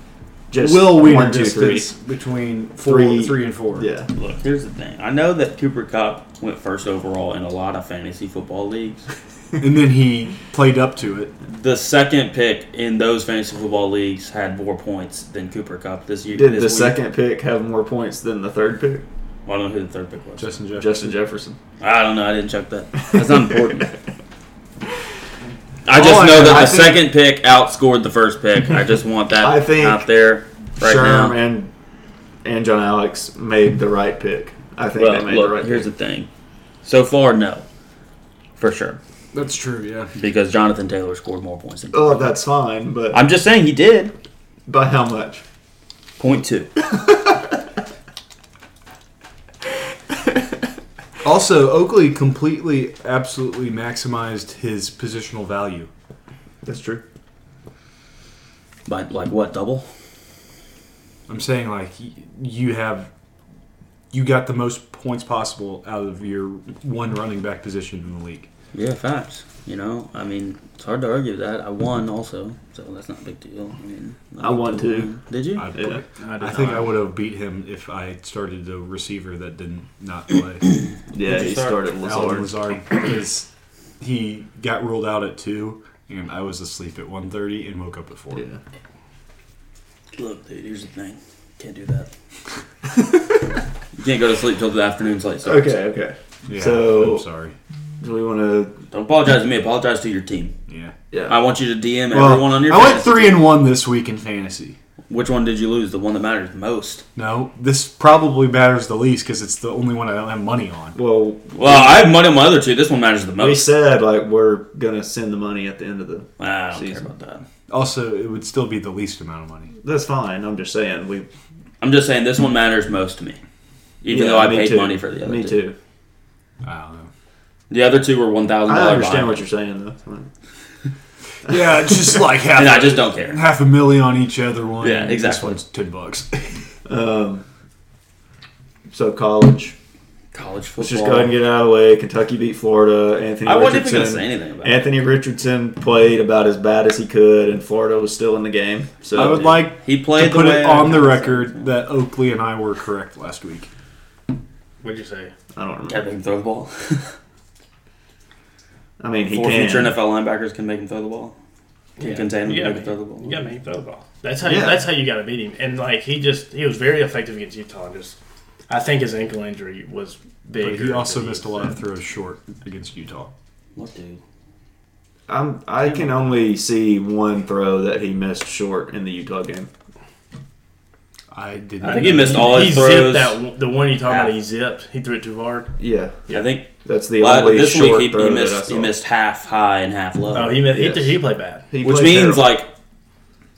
A: Just
C: Will Wiener
A: one, two, three.
C: distance between four,
A: Three.
C: three, and four.
A: Yeah,
D: Look, here's the thing. I know that Cooper Cup went first overall in a lot of fantasy football leagues.
C: And then he played up to it.
D: The second pick in those fantasy football leagues had more points than Cooper Cup this year.
A: did
D: this
A: the
D: week.
A: second pick have more points than the third pick?
D: Well, I don't know who the third pick was.
C: Justin Jefferson.
A: Justin Jefferson.
D: I don't know. I didn't check that. That's not important. I just know that
A: Oh, I
D: the
A: think-
D: second pick outscored the first pick. I just want that
A: I think
D: out there right
A: Sherm
D: now.
A: and and John Alex made the right pick. I think
D: well,
A: they made
D: look,
A: the right
D: here's
A: pick.
D: the thing. So far, no, for sure,
C: That's true, yeah.
D: because Jonathan Taylor scored more points. Than
A: oh, that's fine, but
D: I'm just saying he did
A: by how much?
D: point two.
C: Also, Oakley completely, absolutely maximized his positional value.
A: That's true.
D: But like what double?
C: I'm saying like y- you have you got the most points possible out of your one running back position in the league.
D: Yeah, facts. You know, I mean, it's hard to argue with that. I won also, so that's not a big deal. I mean,
A: I won too.
D: Did you?
C: I,
A: Yeah.
B: I, did
C: I think
B: not.
C: I would have beat him if I started a receiver that did not play.
A: Yeah,
D: Who'd you
A: he
D: start?
A: started Lazard.
C: Alvin Lazard because he got ruled out at two, and I was asleep at 1.30 and woke up at four.
A: Yeah.
D: Look, dude, here's the thing. Can't do that. you can't go to sleep till the afternoon's late. So
A: Okay. Okay.
C: Yeah,
A: So-
C: I'm sorry.
A: Do we want to?
D: Don't apologize to me. Apologize to your team.
C: Yeah.
A: Yeah.
D: I want you to DM
C: Well,
D: everyone on your.
C: I went
D: fantasy
C: three
D: team.
C: and one this week in fantasy.
D: Which one did you lose? The one that matters most.
C: No, this probably matters the least because it's the only one I don't have money on.
A: well,
D: Well, I have money on my other two. This one matters the
A: we
D: most.
A: said like we're gonna send the money at the end of the.
D: I don't care
A: Season.
D: about that.
C: Also, it would still be the least amount of money.
A: That's fine. I'm just saying we.
D: I'm just saying this one matters most to me, even
A: Yeah,
D: though I
A: me
D: paid
A: too.
D: money for the other
A: Me
D: two.
A: too.
C: I don't know.
D: The other two were one thousand
A: I
D: dollars.
A: understand what you're saying though.
C: Yeah, it's just like half.
D: And I
C: a-
D: just don't care.
C: half a million on each other one.
D: Yeah,
C: and this
D: exactly.
C: one's ten bucks.
A: Um, so college.
D: College football.
A: Let's just go ahead and get it out of the way. Kentucky beat Florida. Anthony
D: I wasn't even
A: Richardson.
D: gonna say anything about it.
A: Anthony Richardson played about as bad as he could, and Florida was still in the game. So
C: I would like
D: He
C: to
D: played the
C: put
D: way
C: it
D: I
C: on the
D: was.
C: record that Oakley and I were correct last week.
B: What'd you say?
A: I don't
D: Can't
A: remember.
D: make him throw the ball.
A: I mean, he
D: Four
A: can.
D: future NFL linebackers can make him throw the ball. Can contain him
B: You
D: and
B: gotta
D: make him throw the
B: make-
D: ball.
B: You gotta make him throw the ball. That's how. You,
A: Yeah.
B: that's how you gotta beat him. And like he just he was very effective against Utah. And just I think his ankle injury was big.
C: But he also missed a lot of throws short against Utah.
D: What dude?
A: I'm, I can only see one throw that he missed short in the Utah game.
C: I didn't.
D: I think he missed all his
B: he Zipped
D: throws.
B: that one- the one you talking about.
D: Half.
B: He zipped. He threw it too hard.
A: Yeah,
D: I think
A: that's the
D: la-
A: only
D: this
A: short
D: week he,
A: throw
D: he
A: that I
D: missed
A: saw.
D: he missed half high and half low.
B: Oh, he missed,
A: yes.
B: he, he played bad.
A: He
D: which
A: played
D: means
A: terrible.
D: like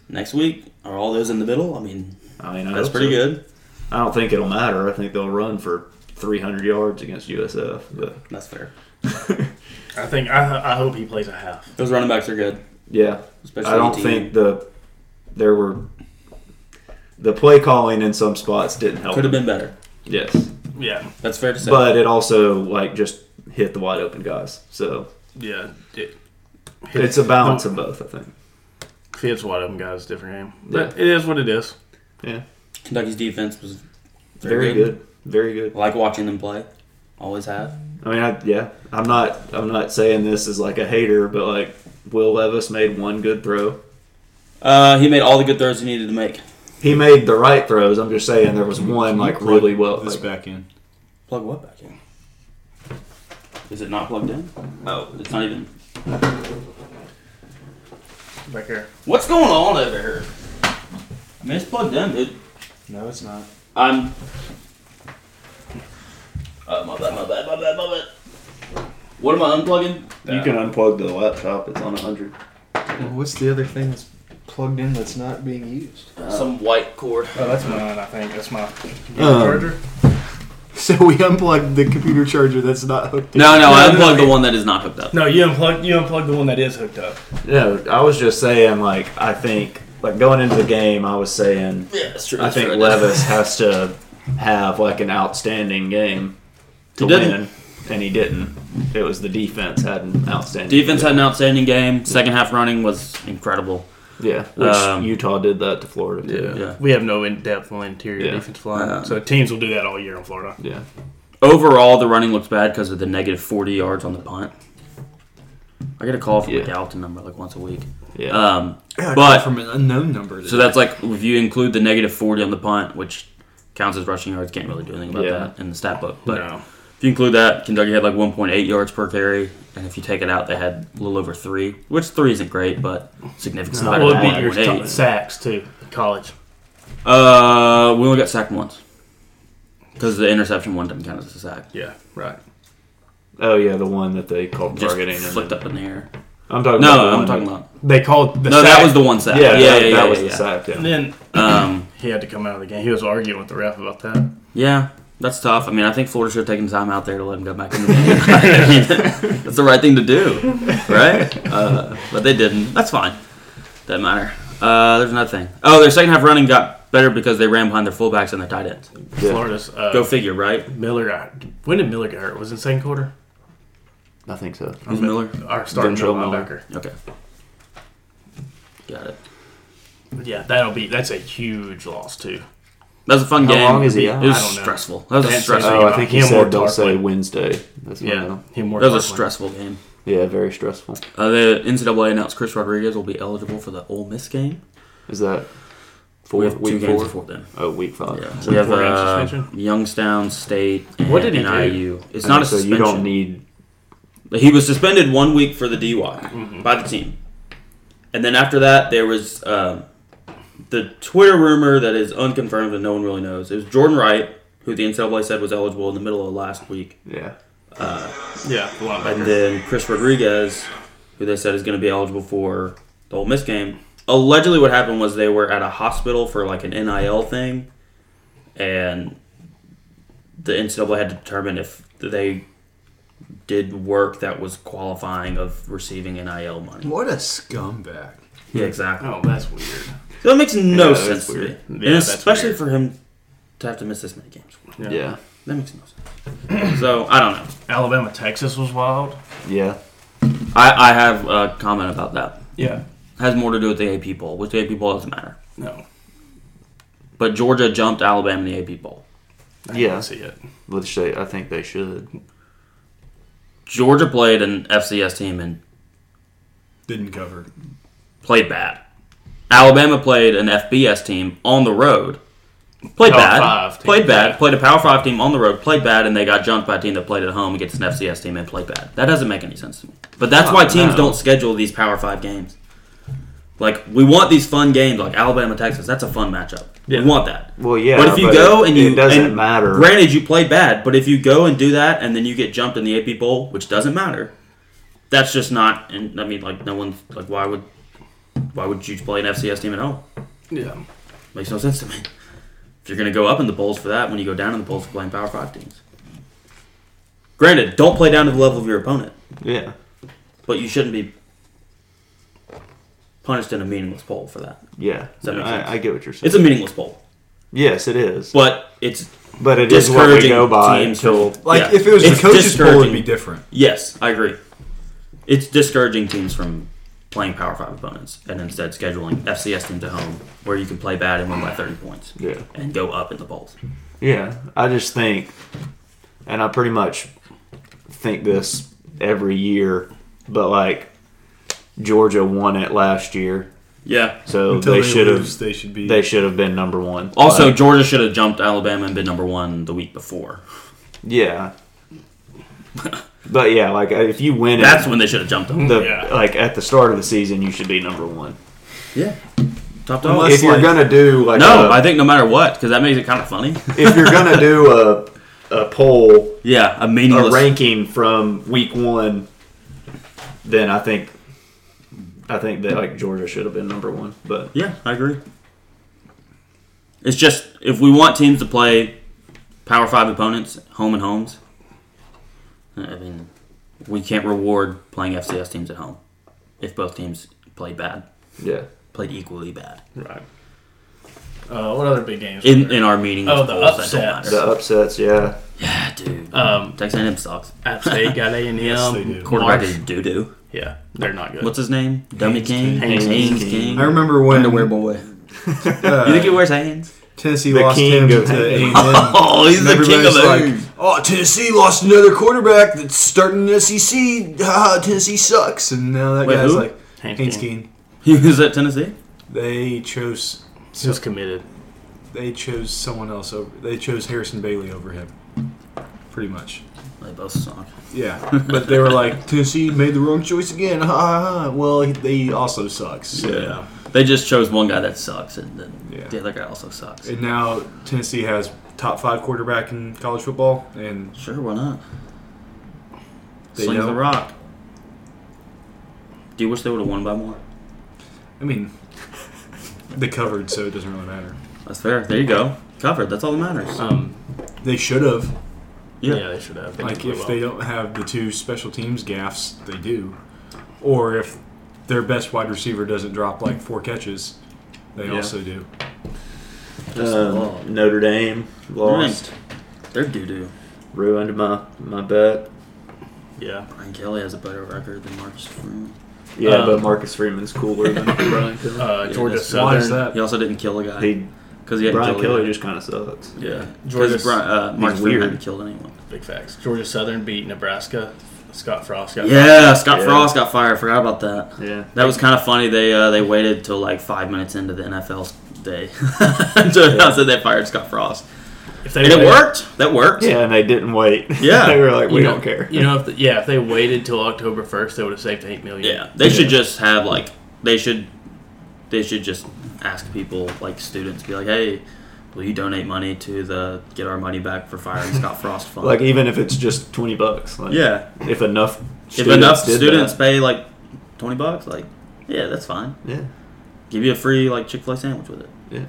D: next week are all those in the middle? I mean,
A: I mean, I
D: that's
A: hope
D: pretty
A: so.
D: good.
A: I don't think it'll matter. I think they'll run for 300 yards against USF. But
D: That's fair.
B: I think I, I hope he plays a half.
D: Those running backs are good.
A: yeah,
D: Especially
A: I don't
D: team.
A: think the there were the play calling in some spots didn't help.
D: could have been better.
A: yes,
B: Yeah,
D: That's fair to say.
A: but it also like just hit the wide open guys. So
B: yeah. It,
A: it's a balance of both. I think.
B: Fits wide open guys, different game, but it is what it is.
A: Yeah,
D: Kentucky's defense was
A: very good, very good.
D: I like watching them play. Always have.
A: I mean, I, yeah, I'm not, I'm not saying this as like a hater, but like Will Levis made one good throw.
D: Uh, he made all the good throws he needed to make.
A: He made the right throws. I'm just saying there was one like really well.
C: This
A: Like,
C: back in.
D: Plug what back in? Is it not plugged in? Oh, it's not even.
B: Back here,
D: What's going on over here? I mean, it's plugged in, dude.
C: No, it's not.
D: I'm. Oh, my bad, my bad, my bad, my bad. What am I unplugging?
A: you can unplug the laptop. It's on 100.
E: Well, what's the other thing that's
F: plugged in that's not being used?
D: Uh, Some white cord.
B: Oh, that's mine. I think that's my
E: Um,
B: charger.
E: So we unplugged the computer charger that's not hooked.
D: No, no, I
B: No, no,
D: unplugged
B: it-
D: the one that is not hooked up.
B: No, you unplug. You unplug the one that is hooked up.
A: No, I was just saying, like, I think, like, going into the game, I was saying,
D: Yeah, that's true.
A: I
D: that's
A: think
D: true, did.
A: Levis has to have, like, an outstanding game to
D: He didn't.
A: win, and he didn't. It was the defense had an outstanding
D: Defense had an outstanding game. Second half running was incredible.
A: Yeah, which
D: Um,
A: Utah did that to Florida, too.
D: Yeah.
B: We have no in-depth on interior
A: Yeah.
B: defensive line,
D: Um,
B: so teams will do that all year in Florida.
A: Yeah.
D: Overall, the running looks bad because of the negative 40 yards on the punt. I get a call from
A: Yeah.
D: a Dalton number like once a week.
A: Yeah.
D: Um,
F: Yeah,
D: But-
F: from an unknown number.
D: so that's like if you include the negative 40 on the punt, which counts as rushing yards, can't really do anything about
A: Yeah.
D: that in the stat book. But
B: No.
D: if you include that, Kentucky had like 1.8 yards per carry. And if you take it out, they had a little over three, which three isn't great, but significantly better
B: Well, it
D: than
B: beat your
D: 1.8.
B: top sacks too. College.
D: Uh, we only got sacked once because the interception one didn't count as a sack.
B: Yeah. Right.
A: oh, yeah, the one that they called
D: Just
A: targeting. and
D: flicked
A: then-
D: up in the air.
A: I'm talking about. the
D: No, I'm
A: one
D: talking
A: that-
D: about.
B: They called. The
D: No,
B: sack,
D: that was the one sack.
A: Yeah,
D: Yeah, yeah, yeah.
A: that, that was
D: yeah,
A: the sack, yeah.
B: And then
D: Um,
B: he had to come out of the game. He was arguing with the ref about that.
D: yeah, that's tough. I mean, I think Florida should have taken time out there to let him go back in the game. I mean, that's the right thing to do, right? Uh, but they didn't. That's fine. Doesn't matter. Uh, there's another thing. Oh, their second half running got better because they ran behind their fullbacks and their tight ends.
A: Yeah.
B: Florida's uh,
D: Go figure, right?
B: Miller got. When did Miller get hurt? Was it second quarter?
A: I think so.
D: Who's Miller?
B: Our starting
A: Ventrell
B: middle
A: Miller.
B: linebacker.
D: Okay. Got it.
B: Yeah, that'll be. That's a huge loss too.
D: That was a fun
A: How
D: game.
A: long is he out?
D: It was
B: I don't know.
D: stressful. That was a
B: That's
D: stressful.
A: Oh, I think he
B: Him or
A: said don't say
B: Barkley.
A: Wednesday. That's what I
B: Yeah.
A: know.
B: Him more.
D: That was a
B: Clarkland.
D: stressful game.
A: Yeah, very stressful.
D: Uh, the NCAA announced Chris Rodriguez will be eligible for the Ole Miss game.
A: Is that four,
D: We have two
A: week
D: games
A: four?
D: before then.
A: Oh, week five.
D: Yeah,
B: So
D: we have
B: four game
D: uh,
B: suspension?
D: Youngstown State and
B: What did he do?
D: NIU. It's
A: I
D: not
A: mean,
D: a
A: so
D: suspension.
A: you don't need.
D: he was suspended one week for the DUI
B: Mm-hmm.
D: by the team, and then after that there was um, the Twitter rumor that is unconfirmed and no one really knows. It was Jordan Wright, who the NCAA said was eligible in the middle of last week.
A: Yeah.
B: Yeah, the linebacker.
D: And then Chris Rodriguez, who they said is going to be eligible for the Ole Miss game. Allegedly, what happened was they were at a hospital for like an NIL thing, and the NCAA had to determine if they did work that was qualifying of receiving NIL money.
F: what a scumbag.
D: Yeah, exactly.
B: Oh, that's weird.
D: So that makes
A: Yeah,
D: no
A: that's
D: sense to me,
A: weird.
D: and
B: Yeah, that's
D: especially
B: weird.
D: for him to have to miss this many games.
A: Yeah.
B: yeah.
A: Yeah.
D: That makes no sense. so I don't know.
B: Alabama, Texas was wild.
D: I, I have a comment about that.
B: Yeah.
D: has more to do with the AP poll, which the AP poll doesn't matter.
B: No.
D: But Georgia jumped Alabama in the AP poll.
B: I
A: Yeah.
B: didn't see it.
A: Which they, I think they should.
D: Georgia played an FCS team and
C: Didn't cover.
D: played bad. Alabama played an FBS team on the road, played
B: Power
D: bad,
B: five team,
D: played bad,
B: yeah.
D: played a Power Five team on the road, played bad, and they got jumped by a team that played at home against an FCS team and played bad. That doesn't make any sense to me. But that's
B: Oh,
D: why teams
A: no.
D: don't schedule these Power Five games. Like we want these fun games, like Alabama Texas. That's a fun matchup.
B: Yeah.
D: We want that.
A: Well, yeah.
D: but if you go
A: it-
D: and you
A: It doesn't
D: and
A: matter.
D: Granted, you played bad, but if you go and do that and then you get jumped in the AP bowl, which doesn't matter, that's just not. And I mean, like no one's like, why would, why would you play an FCS team at home?
B: Yeah.
D: Makes no sense to me. If you're gonna go up in the bowls for that, when you go down in the bowls for playing Power Five teams. Granted, don't play down to the level of your opponent,
A: yeah.
D: but you shouldn't be punished in a meaningless poll for that.
A: Yeah.
D: that make sense?
A: I, I get what you're saying.
D: It's a meaningless poll,
A: yes, it is.
D: but it's
A: But it is what we
D: discouraging
A: go by.
D: teams to
F: Like
D: yeah.
F: if it was
D: It's
F: the coaches' poll, it'd
D: discouraging.
F: be different.
D: Yes, I agree. It's discouraging teams from playing Power Five opponents and instead scheduling FCS teams at home where you can play bad and win by 30 points
A: Yeah.
D: and go up in the polls.
A: Yeah, I just think, and I pretty much think this every year, but like Georgia won it last year,
D: Yeah.
A: so
C: Until
A: they,
C: they
A: should
C: lose,
A: have
C: They should be.
A: they should have been number one.
D: Also,
A: Like,
D: Georgia should have jumped Alabama and been number one the week before.
A: yeah, but yeah, like uh, if you win it,
D: That's when they should have jumped them.
A: the
B: yeah.
A: like at the start of the season, you should be number one.
D: Yeah. Top dog.
F: Unless-
A: If
F: That's
A: you're
F: like-
A: gonna do like
D: no,
A: a-
D: I think no matter what, because that makes it kind of funny.
A: if you're gonna do a a poll
D: yeah, a
A: a
D: meaningless.
A: ranking from week one, then I think I think that like Georgia should have been number one, but
D: Yeah, I agree. It's just if we want teams to play Power Five opponents, home and homes. I mean, we can't reward playing FCS teams at home if both teams played bad,
A: yeah,
D: played equally bad.
B: Right. Uh, what other big games? were
D: In
B: there?
D: in our meeting,
B: Oh,
D: with
B: the
D: polls, that don't
B: upsets.
A: the
D: matter.
A: upsets, yeah,
D: Yeah, dude.
B: um,
D: Texas A&M sucks.
B: App State got A and
G: Yes, they do.
B: M.
D: Quarterback is doo doo.
B: Yeah, they're not good.
D: What's his name? Dummy
G: Haynes
D: King.
G: King.
D: Haynes,
A: Haynes
D: King.
A: King.
C: I remember when
D: Mm-hmm. Underwear boy.
C: uh,
D: You think he wears hands?
C: Tennessee
A: The
C: lost
A: king
C: him
A: of
C: to
A: Tennessee.
C: A&M.
D: Oh, he's
C: And
D: the king of
C: everybody's
D: the
C: like, oh, Tennessee lost another quarterback that's starting E in SEC. Ah, Tennessee sucks. And now that
D: Wait,
C: guy's
D: who?
C: like,
B: Haynes
C: Haynes
B: King.
C: Keene.
D: He was at Tennessee.
C: They chose
B: He was committed.
C: they chose someone else over. They chose Harrison Bailey over him. Pretty much.
D: They both suck.
C: Yeah, but they were like Tennessee made the wrong choice again. Ha ha. ha." Well, he, they also sucks. So.
D: Yeah. They just chose one guy that sucks, and then
C: Yeah.
D: the other guy also sucks.
C: And now Tennessee has top five quarterback in college football, and
D: sure, why not?
C: They
D: Slings the
C: don't.
D: rock. Do you wish they would have won by more?
C: I mean, they covered, so it doesn't really matter.
D: That's fair. There you go. Covered. That's all that matters.
B: Um,
C: They should have.
D: Yeah.
B: yeah. they should have. They
C: Like
B: did
C: if
B: well.
C: they don't have the two special teams gaffs, they do, or if their best wide receiver doesn't drop like four catches, they
D: Yeah.
C: also do.
D: Just lost.
A: um, Notre Dame lost,
D: Uh, They're doo doo.
A: ruined my my bet.
B: yeah,
D: Brian Kelly has a better record than Marcus Freeman.
A: Yeah,
B: Um,
A: but Marcus Freeman's cooler than Brian Kelly.
B: uh, Georgia
D: that's-
B: Southern.
C: Why is that?
D: He also didn't kill a guy
A: He,
D: because he had
A: Brian
D: Kelly.
A: Kelly just kind of sucks.
D: yeah,
B: Georgia-
D: because uh, Marcus
A: he's
D: Freeman
A: weird.
D: hadn't killed anyone.
B: Big facts. Georgia Southern beat Nebraska. Scott Frost got
D: Yeah, Scott
A: Yeah.
D: Frost got fired. Forgot about that.
A: Yeah,
D: That was kind of funny. They uh, they waited till like five minutes into the NFL's day to announce that they fired Scott Frost,
B: If they
D: and it
B: waited-
D: worked. That worked.
A: yeah, and they didn't wait.
D: Yeah.
A: they were like, we
B: you know-
A: don't care.
B: You know, if the, yeah, if they waited till October first, they would have saved eight million.
D: Yeah, they should just have like they should they should just ask people like students be like, hey, will you donate money to the get our money back for firing Scott Frost fund?
A: like even if it's just twenty bucks. Like,
D: yeah,
A: if enough
D: if enough
A: did
D: students
A: that,
D: pay like twenty bucks, like yeah, that's fine.
A: yeah.
D: Give you a free like Chick Fil A sandwich with it.
A: Yeah.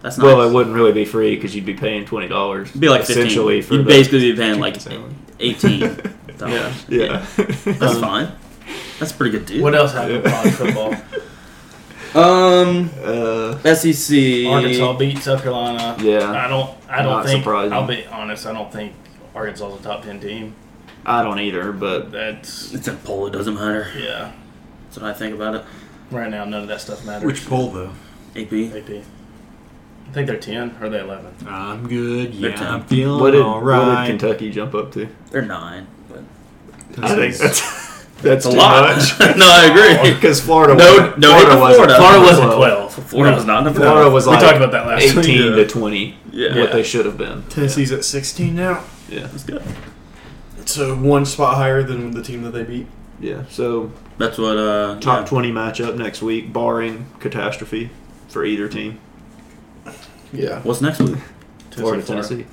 D: that's nice.
A: Well, it wouldn't really be free because you'd be paying twenty dollars.
D: It'd be like 15.
A: essentially for
D: You'd
A: the-
D: basically be paying like
C: sandwich.
D: eighteen. dollars.
A: yeah.
D: that's fine. That's a pretty good deal.
B: What else happened in college football?
D: Um,
A: uh,
D: SEC.
B: Arkansas beat South Carolina.
A: Yeah.
B: I don't. I don't
A: Not
B: think.
A: surprising.
B: I'll be honest. I don't think Arkansas is a top ten team.
A: I don't either, but
B: That's
D: It's a poll. It doesn't matter.
B: yeah.
D: That's what I think about it.
B: Right now, none of that stuff matters.
C: Which poll though?
B: AP?
D: AP.
B: I think they're ten or are they eleven.
C: I'm good.
D: They're
C: Yeah,
D: ten.
C: I'm feeling
A: what did,
C: all
A: what did
C: right.
A: Kentucky jump up to?
D: They're nine. But
A: I think that's that's
D: it's a
A: too
D: lot.
A: much.
D: no, I agree.
A: Because Florida,
D: No-
A: wasn't-
D: no,
A: Florida
D: hit
A: wasn't.
D: Florida.
B: Florida wasn't
A: Well,
B: twelve.
D: Uh, Florida
B: No.
D: was not number
A: Florida
D: one.
A: was
B: We
A: like
B: talked about that last week.
A: eighteen
C: Yeah.
A: to twenty,
D: Yeah.
A: what they should have been.
C: Tennessee's at 16 now.
A: Yeah,
D: That's good.
C: So one spot higher than the team that they beat.
A: yeah. So
D: That's what. Uh,
A: top
D: yeah.
A: twenty matchup next week, barring catastrophe for either team.
C: Yeah.
D: What's next week?
A: Florida, Tennessee.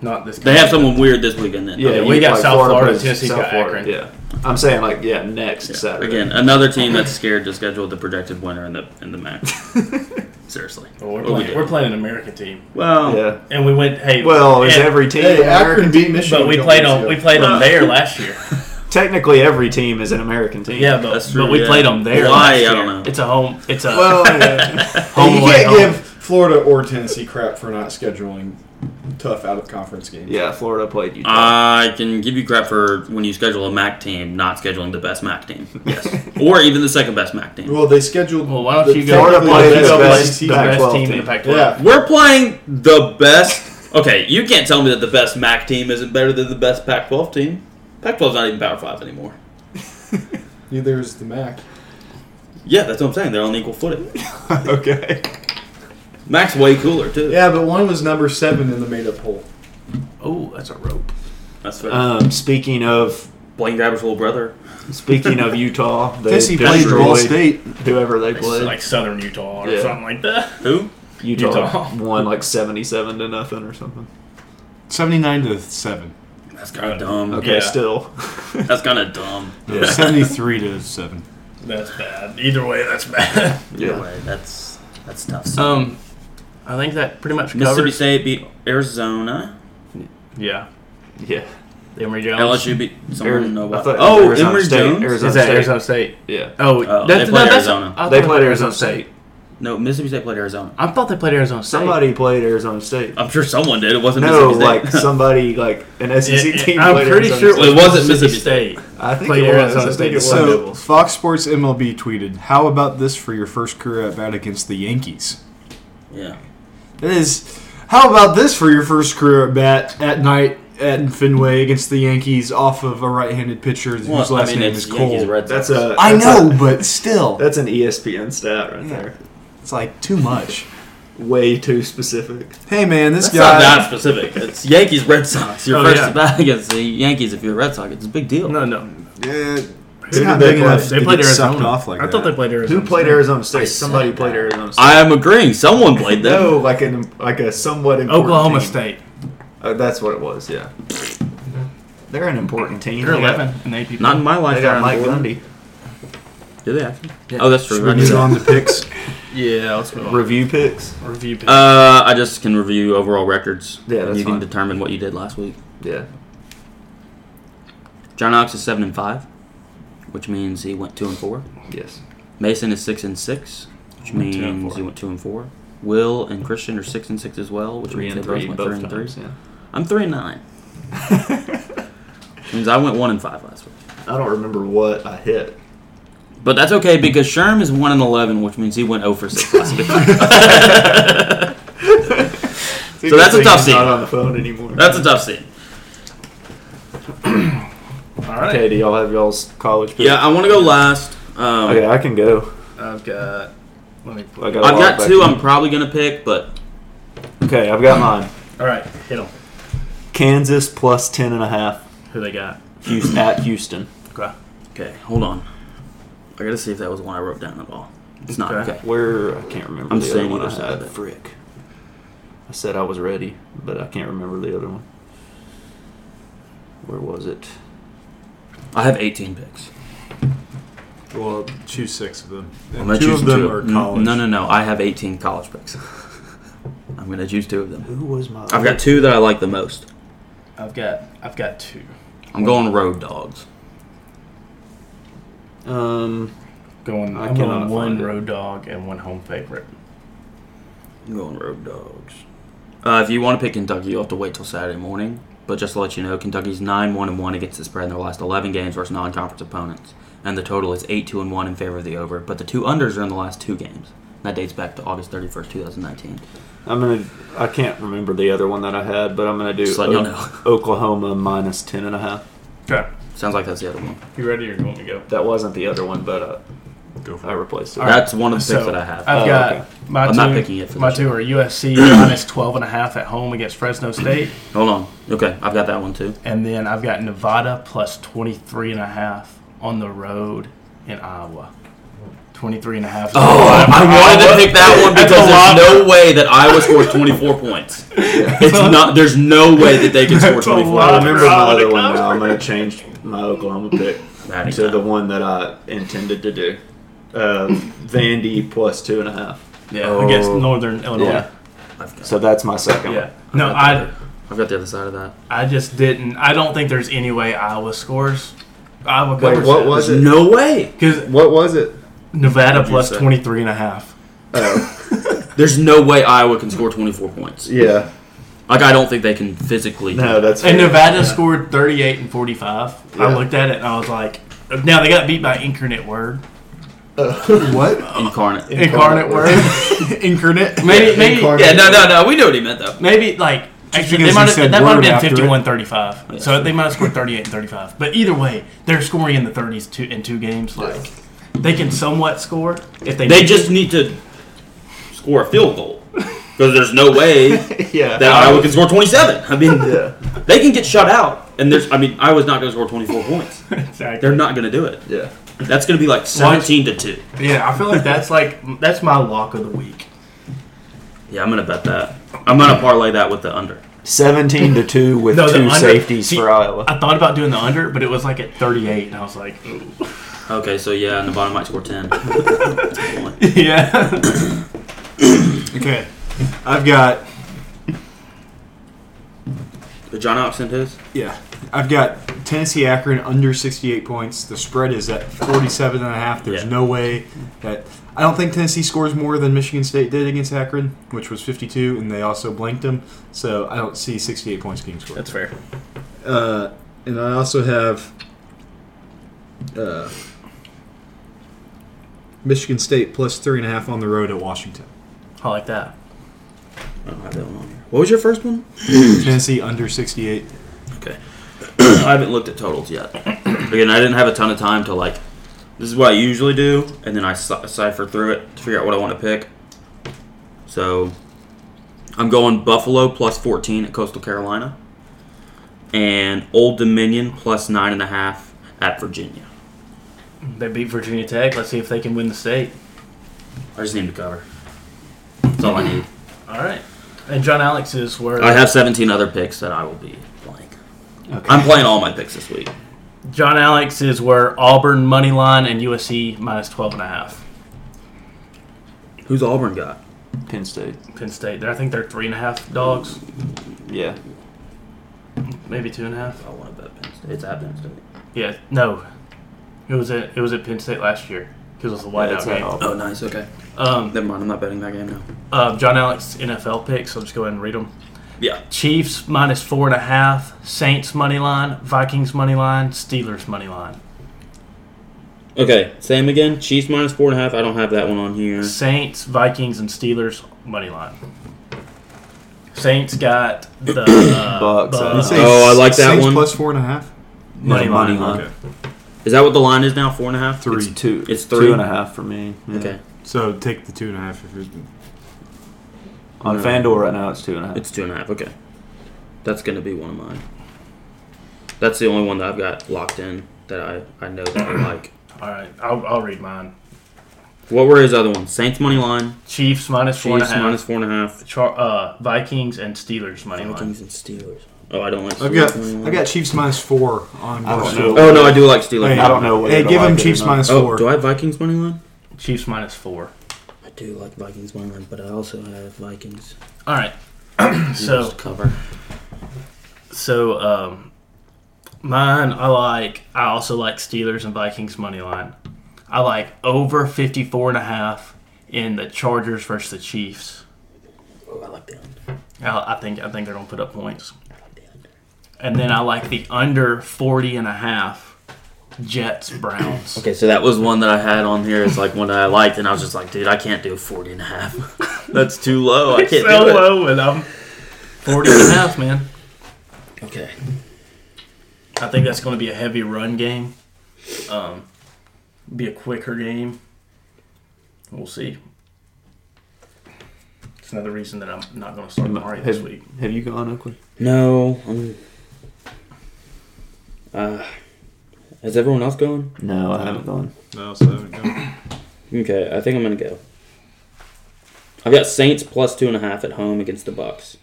B: Not this.
D: They have someone weird this weekend. Then.
A: Yeah,
B: Okay,
A: you-
B: we got South Florida,
A: plays
B: Tennessee's got Akron.
A: Yeah, I'm saying like yeah, next
D: Yeah.
A: Saturday
D: Again, another team that's scared to schedule the projected winner in the in the match. Seriously.
B: Well, we're,
D: What we
B: playing,
D: do.
B: we're playing an American team,
D: Well,
A: Yeah.
B: and we went. Hey,
A: Well, is
B: and-
A: every team?
H: Hey,
A: an
H: Akron
A: American
H: beat
A: team?
H: Michigan.
B: But we
H: a couple
B: played
H: weeks
B: on.
H: ago.
B: We played
D: Well-
B: on there last year.
A: Technically, every team is an American team.
B: Yeah, but,
D: That's true,
B: but we
D: yeah.
B: played them there.
D: Why?
B: last
D: I
B: year.
D: don't know.
B: It's a home. It's a
C: Well, yeah.
B: home
C: you
B: away
C: can't
B: home.
C: give Florida or Tennessee crap for not scheduling tough out of conference games.
A: Yeah, Florida played Utah.
B: Uh,
D: I can give you crap for when you schedule a MAC team not scheduling the best MAC team. Yes, or even the second best MAC team.
C: Well, they scheduled.
B: Well, why don't you go?
A: Florida
B: why don't you
A: plays
B: go
A: the
B: play
A: best
B: the
A: Pac-12
B: best team in the
A: team.
B: Pac-12.
C: Yeah.
D: We're playing the best. Okay, you can't tell me that the best MAC team isn't better than the best Pac-12 team. Pac-12's not even Power Five anymore.
C: Neither is the MAC.
D: Yeah, that's what I'm saying. They're on equal footing.
A: okay.
D: MAC's way cooler too.
C: Yeah, but one was number seven in the made-up poll.
B: Oh, that's a rope.
D: that's fair.
A: Um, speaking of
D: Blaine Grabber's little brother.
A: speaking of Utah, they
C: Tennessee played
A: destroyed
C: Ball State.
A: Whoever they
B: It's
A: played,
B: like Southern Utah or
A: Yeah.
B: something like that.
D: Who?
A: Utah,
B: Utah.
A: won like seventy-seven to nothing or something.
C: Seventy-nine to seven.
D: That's kind of dumb.
A: Okay,
B: Yeah.
A: still.
D: That's kind of dumb.
C: No, Seventy-three to seven.
B: That's bad. Either way, that's bad.
A: Yeah. Uh,
I: Anyway, that's that's tough. So,
B: Um, I think that pretty much
D: Mississippi
B: covers.
D: State beat Arizona.
B: Yeah,
A: Yeah.
B: Emory Jones.
D: LSU beat someone.
A: Ari-
D: no
A: I thought it was
D: oh,
A: Arizona
D: Emory
A: State.
D: Jones.
A: Arizona
B: Is that
A: State.
B: Arizona State?
A: Yeah.
B: Oh,
D: Oh,
B: that's,
D: they
B: no,
D: played
B: that's
D: Arizona.
B: I thought
A: They played Arizona State.
D: No, Mississippi State played Arizona.
B: I thought they played Arizona State.
A: Somebody played Arizona State.
B: Uh,
D: I'm sure someone did. It wasn't
A: No,
D: Mississippi
A: like
D: State.
A: somebody like an
B: It-
A: SEC
B: it-
A: team.
B: I'm
A: played
B: pretty
A: Arizona
B: sure it
A: State.
B: was,
D: It wasn't
B: Mississippi State.
D: Mississippi
A: I think
B: played
A: it was.
B: Arizona
A: I think it
B: State.
A: was
B: So-
A: Devils.
F: Fox Sports MLB tweeted, "How about this for your first career at bat against the Yankees?"
D: Yeah.
F: That is, how about this for your first career at bat at night at Fenway against the Yankees off of a right-handed pitcher whose
D: Well,
F: last
D: I mean,
F: name
D: it's
F: is Cole.
D: Yankees, Red Sox.
A: That's a.
F: I
A: that's
F: know,
A: a-
F: but still,
A: that's an E ESPN stat right there.
F: it's like too much.
A: Way too specific.
F: Hey man, this
D: That's
F: guy.
D: not that specific. It's Yankees, Red Sox. Your
B: Oh,
D: first
B: yeah.
D: at bat against the Yankees if you're a Red Sox. It's a big deal.
B: No, no,
F: Yeah,
A: Who
F: it's
A: did
F: not
A: they
F: big
A: play?
F: enough.
B: they
F: to
B: played
F: get sucked
B: Arizona.
F: off like
B: I
F: that.
B: thought they played Arizona.
A: Who played
B: State.
A: Arizona State?
D: said
A: Somebody
D: that.
A: played Arizona State.
D: I am agreeing. Someone played them.
A: no, like an like a somewhat important
B: Oklahoma
A: team.
B: State.
A: Uh, that's what it was. Yeah, they're an important team.
B: They're
A: They got-
B: 11 and AP.
D: Not in my life.
A: They got Mike
D: Aaron Gordon.
A: Gundy.
D: Do they actually? Oh, that's true.
F: Should we
D: I knew
F: move
D: that.
F: on to picks?
B: yeah, let's move on.
A: Oh. Review picks.
B: Review pick.
D: Uh, I just can review overall records.
A: Yeah,
D: and
A: that's
D: You can
A: fine.
D: determine what you did last week.
A: Yeah,
D: John Ox is seven and five, which means he went two and four.
A: yes.
D: Mason is six and six, which
B: Went two and
D: means
B: four.
D: he went two and four. Will and Christian are six and six as well, which
A: Three
D: means
A: and
D: they both
A: three,
D: went
A: both
D: three and
A: times.
D: three.
A: Yeah.
D: I'm three and nine. Means I went one and five last week.
A: I don't remember what I hit.
D: But that's okay because Sherm is one and eleven, which means he went zero for six last week. So that's a
A: Good thing
D: tough
A: he's Not
D: scene.
A: on the phone anymore.
D: that's a tough scene.
B: All right.
A: Okay, do y'all have y'all's college picks?
D: Yeah, I want to go last. Um,
A: Okay, I can go.
B: I've got. Let me. Pull
A: I
D: I've
A: log
D: got
A: back in.
D: two. I'm probably gonna pick, but
A: Okay, I've got mine.
B: All right, hit them.
A: Kansas plus ten and a half.
B: Who they got?
A: Houston at Houston.
B: Okay.
D: okay, hold on. I gotta see if that was one I wrote down at all. It's not
B: Okay.
D: okay.
A: Where I can't remember
D: I'm
A: the other
D: saying
A: one I
D: either side of
A: had.
D: it.
A: Frick. I said I was ready, but I can't remember the other one. Where was it?
D: I have 18 picks.
F: Well, choose six of them.
D: I'm
F: And
D: gonna
F: two
D: choose
F: of them
D: two.
F: are
D: N-
F: college.
D: No, no, no. I have 18 college picks. I'm gonna choose two of them.
A: Who was my?
D: I've got two that I like the most.
B: I've got. I've got two.
D: I'm going road dogs.
A: Um,
B: Going.
A: I cannot
B: I'm going
A: find
B: one
A: it.
B: road dog and one home favorite.
D: I'm going road dogs. Uh, if you want to pick Kentucky, you'll have to wait till Saturday morning. But just to let you know, Kentucky's 9 1 and 1 against the spread in their last 11 games versus non conference opponents. And the total is 8 2 and 1 in favor of the over. But the two unders are in the last two games. That dates back to August 31st, 2019.
A: I'm gonna. I can't remember the other one that I had, but I'm gonna do
D: Just letting y'all know.
A: Oklahoma minus ten and a half.
B: Okay.
D: Sounds like that's the other one.
B: You ready or you want me to go?
A: That wasn't the other one, but uh,
F: Go for
A: I replaced it.
B: All right.
D: That's one of the
B: So,
D: picks that I have.
B: I've
A: Oh,
B: got
A: okay.
B: my
D: I'm
B: two.
D: not picking it for
B: my
D: this
B: two are USC minus 12 and a half at home against Fresno State,
D: Hold on. Okay, I've got that one too.
B: and then I've got Nevada plus 23 and a half on the road in Iowa. 23 and a half.
D: Oh, I wanted to pick that one
B: That's
D: because
B: a
D: there's
B: lot.
D: no way that Iowa scores 24 points. It's not. There's no way that they can score
B: That's a lot.
D: 24.
A: I remember my
B: Colorado
A: other one
B: Cubs.
A: now. I'm gonna change my Oklahoma pick
D: That
A: to
D: ain't
A: the
D: that.
A: one that I intended to do. Uh, Vandy plus two and a half.
B: Yeah,
D: Oh.
B: against Northern Illinois.
A: Yeah.
B: Yeah.
D: I've got,
A: So that's my second one.
B: No, I
D: I've got the other side of that.
B: I just didn't. I don't think there's any way Iowa scores. Iowa covers
E: Wait, what was it?
D: No way.
B: Because
E: What was it?
B: Nevada
D: What'd you
B: plus
D: say?
B: 23 and a half.
E: Oh,
D: There's no way Iowa can score 24 points.
E: yeah.
D: Like I don't think they can physically.
A: No, that's
B: And
A: fair.
B: Nevada scored 38 and 45. I
E: Yeah.
B: looked at it and I was like, now they got beat by Incarnate Word.
E: Uh, what?
D: Incarnate.
B: Incarnate Word.
F: Incarnate.
B: maybe, maybe,
E: Incarnate.
D: Yeah, no, no, no. We know what he meant though.
B: maybe like actually, they
F: because
B: might
F: you
B: have,
F: said
B: that might have
F: word
B: been
F: after it.
B: 51 35.
D: Yeah.
B: So they might have scored 38 and 35. But either way, they're scoring in the 30s two, in two games. Like they can somewhat score if they
D: They
B: need
D: just need to score a field goal because there's no way
A: yeah.
D: that Iowa can score 27. I mean,
A: yeah.
D: they can get shut out, and there's. I mean, Iowa's not going to score 24 points.
B: to. Exactly.
D: They're not going to do it.
A: Yeah.
D: That's going to be like 17 to 2.
B: Yeah, I feel like that's like that's my lock of the week.
D: Yeah, I'm going to bet that. I'm going to parlay that with the under.
A: 17 to 2 with
B: No, the
A: two
B: under-
A: safeties
B: see-
A: for Iowa.
B: I thought about doing the under, but it was like at 38, and I was like, ooh.
D: Okay, so yeah, and the bottom might score ten.
C: yeah. okay. I've got
D: Did John Ox send his?
C: yeah. I've got Tennessee Akron under 68 points. The spread is at 47 and a half. There's
D: Yeah.
C: no way that I don't think Tennessee scores more than Michigan State did against Akron, which was 52 and they also blanked them. So I don't see 68 points being scored.
B: That's fair.
C: Uh, and I also have uh, Michigan State plus three and a half on the road at Washington.
B: I like that.
D: I don't have that one on here. What was your first one?
C: Tennessee under 68.
D: Okay. I haven't looked at totals yet. Again, I didn't have a ton of time to like. This is what I usually do, and then I cy- cipher through it to figure out what I want to pick. So, I'm going Buffalo plus 14 at Coastal Carolina, and Old Dominion plus nine and a half at Virginia.
B: They beat Virginia Tech. Let's see if they can win the state.
D: I just need to cover. That's all I need.
B: All right. And John Alex is where
D: I have 17 other picks that I will be playing. I'm playing all my picks this week.
B: John Alex is where Auburn money line and USC minus 12 and a half.
D: Who's Auburn got?
A: Penn State.
B: Penn State. There, I think they're three and a half dogs,
A: Yeah.
B: maybe two and a half.
D: I want to bet Penn State. It's at Penn State.
B: Yeah, no, it was at it was at Penn State last year because it was the
A: yeah
B: whiteout
A: it's at
B: game.
A: Auburn.
D: Oh, nice. Okay.
B: Um,
D: Never mind. I'm not betting that game now.
B: uh, John Alex NFL picks. I'll just go ahead and read them.
D: Yeah.
B: Chiefs minus four and a half. Saints money line. Vikings money line. Steelers money line.
D: Okay. Same again. Chiefs minus four and a half. I don't have that one on here.
B: Saints, Vikings, and Steelers money line. Saints got the uh,
A: Bucks, I
B: Bucks.
A: think.
D: Oh, I like that
C: Saints
D: one.
C: plus four and a half.
B: money
A: Yeah,
B: line.
A: line.
D: Is that what the line is now? Four and a half.
C: Three.
A: It's two.
D: It's three.
A: two and a half for me. Yeah.
D: Okay.
C: So take the two and a half if you're.
A: On
D: No.
A: FanDuel right now, it's two and a half.
D: It's two and a half. Okay. That's gonna be one of mine. That's the only one that I've got locked in that I I know that I like.
B: All right, I'll, I'll read mine.
D: What were his other ones? Saints money line.
B: Chiefs minus four and a
D: Chiefs
B: half.
D: minus four and a half.
B: Char- uh, Vikings and Steelers money line.
D: Vikings and Steelers. Oh, I don't like.
C: I've got
D: Steelers money line.
C: I've got Chiefs minus four on.
A: I don't
C: Buffalo.
A: know.
D: Oh no, I do like Steelers.
C: Hey,
A: I don't know whether
C: Hey,
A: to
C: give
A: like
C: them
A: it or
C: Chiefs
A: not.
C: minus
D: Oh,
C: four.
D: do I have Vikings money line?
B: Chiefs minus four.
D: I do like Vikings money line, but I also have Vikings
B: All right. so
D: cover.
B: so um, mine I like. I also like Steelers and Vikings money line. I like over 54 and a half in the Chargers versus the Chiefs.
D: Oh, I like the under.
B: I, I think I think they're gonna put up points.
D: I like the under.
B: And then I like the under 40 and a half Jets Browns.
D: Okay, so that was one that I had on here. It's like one that I liked, and I was just like, dude, I can't do 40 and a half. That's too low. I can't
B: so
D: do it.
B: low and I'm 40 and a half, man.
D: Okay.
B: I think that's going to be a heavy run game. Um, be a quicker game. We'll see. It's another reason that I'm not going to start Murray this
A: Have,
B: week.
A: have you gone, Oakley?
D: No. I'm, uh, is everyone else going?
A: No, I haven't gone.
C: No, so I haven't gone.
D: Okay, I think I'm going to go. I've got Saints plus two and a half at home against the Bucks.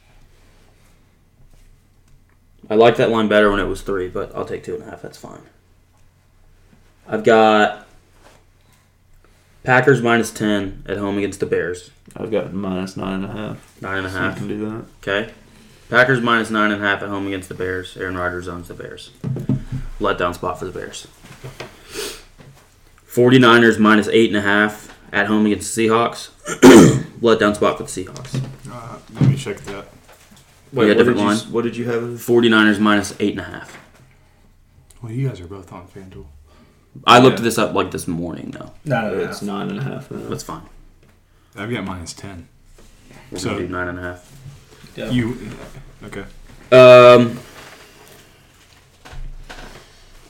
D: I liked that line better when it was three, but I'll take two and a half. That's fine. I've got Packers minus ten at home against the Bears.
A: I've got minus nine and a half.
D: Nine and a
A: So you
D: half.
A: can do that.
D: Okay. Packers minus nine and a half at home against the Bears. Aaron Rodgers owns the Bears. Letdown spot for the Bears. 49ers minus eight and a half at home against the Seahawks. Letdown spot for the Seahawks.
C: Uh, let me check that.
D: Wait, got what different did you- line?
A: what did you have?
D: 49ers minus eight and a half.
C: Well, you guys are both on FanDuel.
D: I looked this up like this morning, though.
B: No,
A: It's nine and a half. Now.
D: That's fine.
C: I've got minus ten.
D: We're
C: So-
D: going to do nine and a half. Oh.
C: You okay?
D: Um,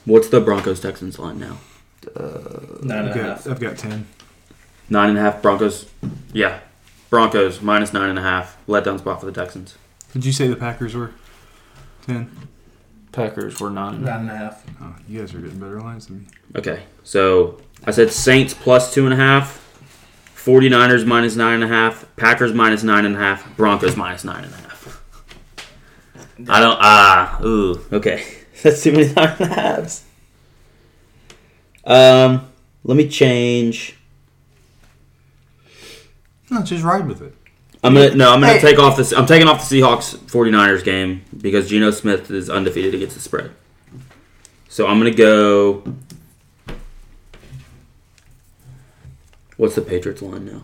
D: what's the Broncos Texans line now?
B: Nine
C: I've got, I've got ten.
D: Nine and a half Broncos. Yeah. Broncos minus nine and a half. Letdown spot for the Texans.
C: Did you say the Packers were ten?
A: Packers were nine. and a half.
B: and a half.
C: Oh, you guys are getting better lines than me.
D: Okay. So I said Saints plus two and a half, 49ers minus nine and a half, Packers minus nine and a half, Broncos minus nine and a half. I don't. Ah. ooh. Okay. That's too many nine and a halves. Um. Let me change.
F: No, just ride with it.
D: I'm gonna no. I'm gonna
J: Hey.
D: take off this. I'm taking off the Seahawks 49ers game because Geno Smith is undefeated against the spread. So I'm gonna go. What's the Patriots line now?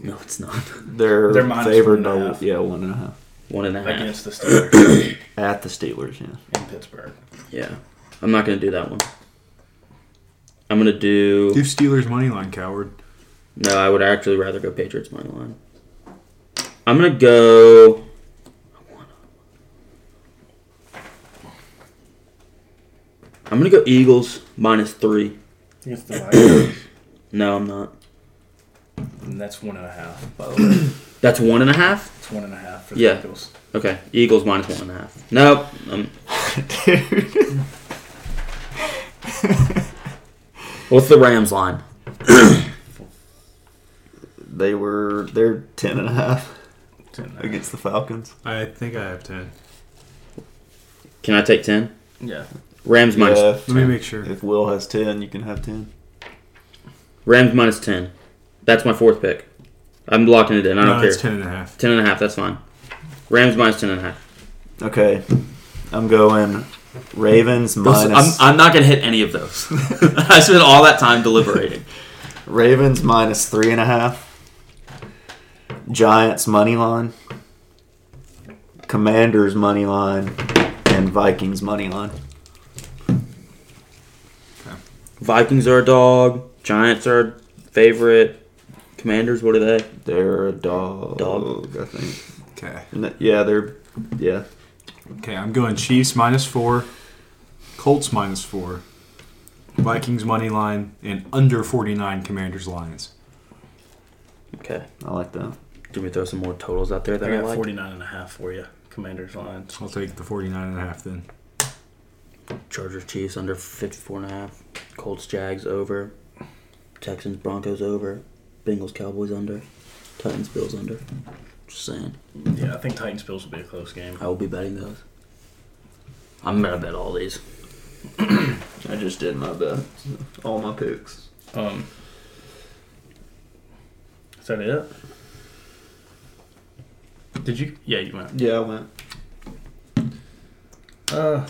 D: No, it's not.
A: They're,
B: They're minus
A: favored
B: one and a
A: by-
B: half.
A: yeah one and a half
D: One and a half.
B: against the Steelers
A: at the Steelers. Yeah,
B: in Pittsburgh.
D: Yeah, I'm not gonna do that one. I'm gonna do.
C: Do Steelers money line, coward.
D: No, I would actually rather go Patriots money line. I'm gonna go. I'm gonna go Eagles minus three.
B: Against the Vikings.
D: No, I'm not.
B: and that's one and a half, by the way.
D: That's one and a half.
B: It's one and a half for the
D: Yeah.
B: Eagles.
D: Okay, Eagles minus one and a half. Nope. Um, what's the Rams line?
A: they were they're ten and a half
B: It's in there.
A: against the Falcons.
C: I think I have ten.
D: Can I take ten?
B: Yeah.
D: Rams minus
A: Yeah, if,
C: Let me make sure.
A: if Will has ten, you can have ten.
D: Rams minus ten. That's my fourth pick. I'm locking it in. I don't
C: no,
D: care.
C: it's ten and a half.
D: Ten and a half. That's fine. Rams minus ten and a half.
A: Okay, I'm going Ravens
D: Those-
A: minus
D: I'm, I'm not going to hit any of those. I spent all that time deliberating.
A: Ravens minus three and a half. Giants money line. Commanders money line and Vikings money line.
D: Vikings are a dog. Giants are a favorite. Commanders, what are they?
A: They're a dog.
D: Dog.
A: I think.
F: Okay.
A: And that- Yeah, they're yeah.
F: Okay, I'm going Chiefs minus four, Colts minus four, Vikings money line, and under 49 Commanders Lions.
D: Okay.
A: I like that.
D: Do we throw some more totals out there that
B: I
D: I,
B: got
D: like?
B: forty nine and a half for you. Commander's line.
F: I'll take the 49 and a half then.
D: Chargers, Chiefs under 54 and a half. Colts, Jags over. Texans, Broncos over. Bengals, Cowboys under. Titans, Bills under. Just saying.
B: Yeah, I think Titans Bills will be a close game.
D: I will be betting those. I'm going to bet all these.
A: I just did my best. All my picks.
B: Um, is that it? Did you? Yeah, you went.
A: Yeah, I went.
B: Uh,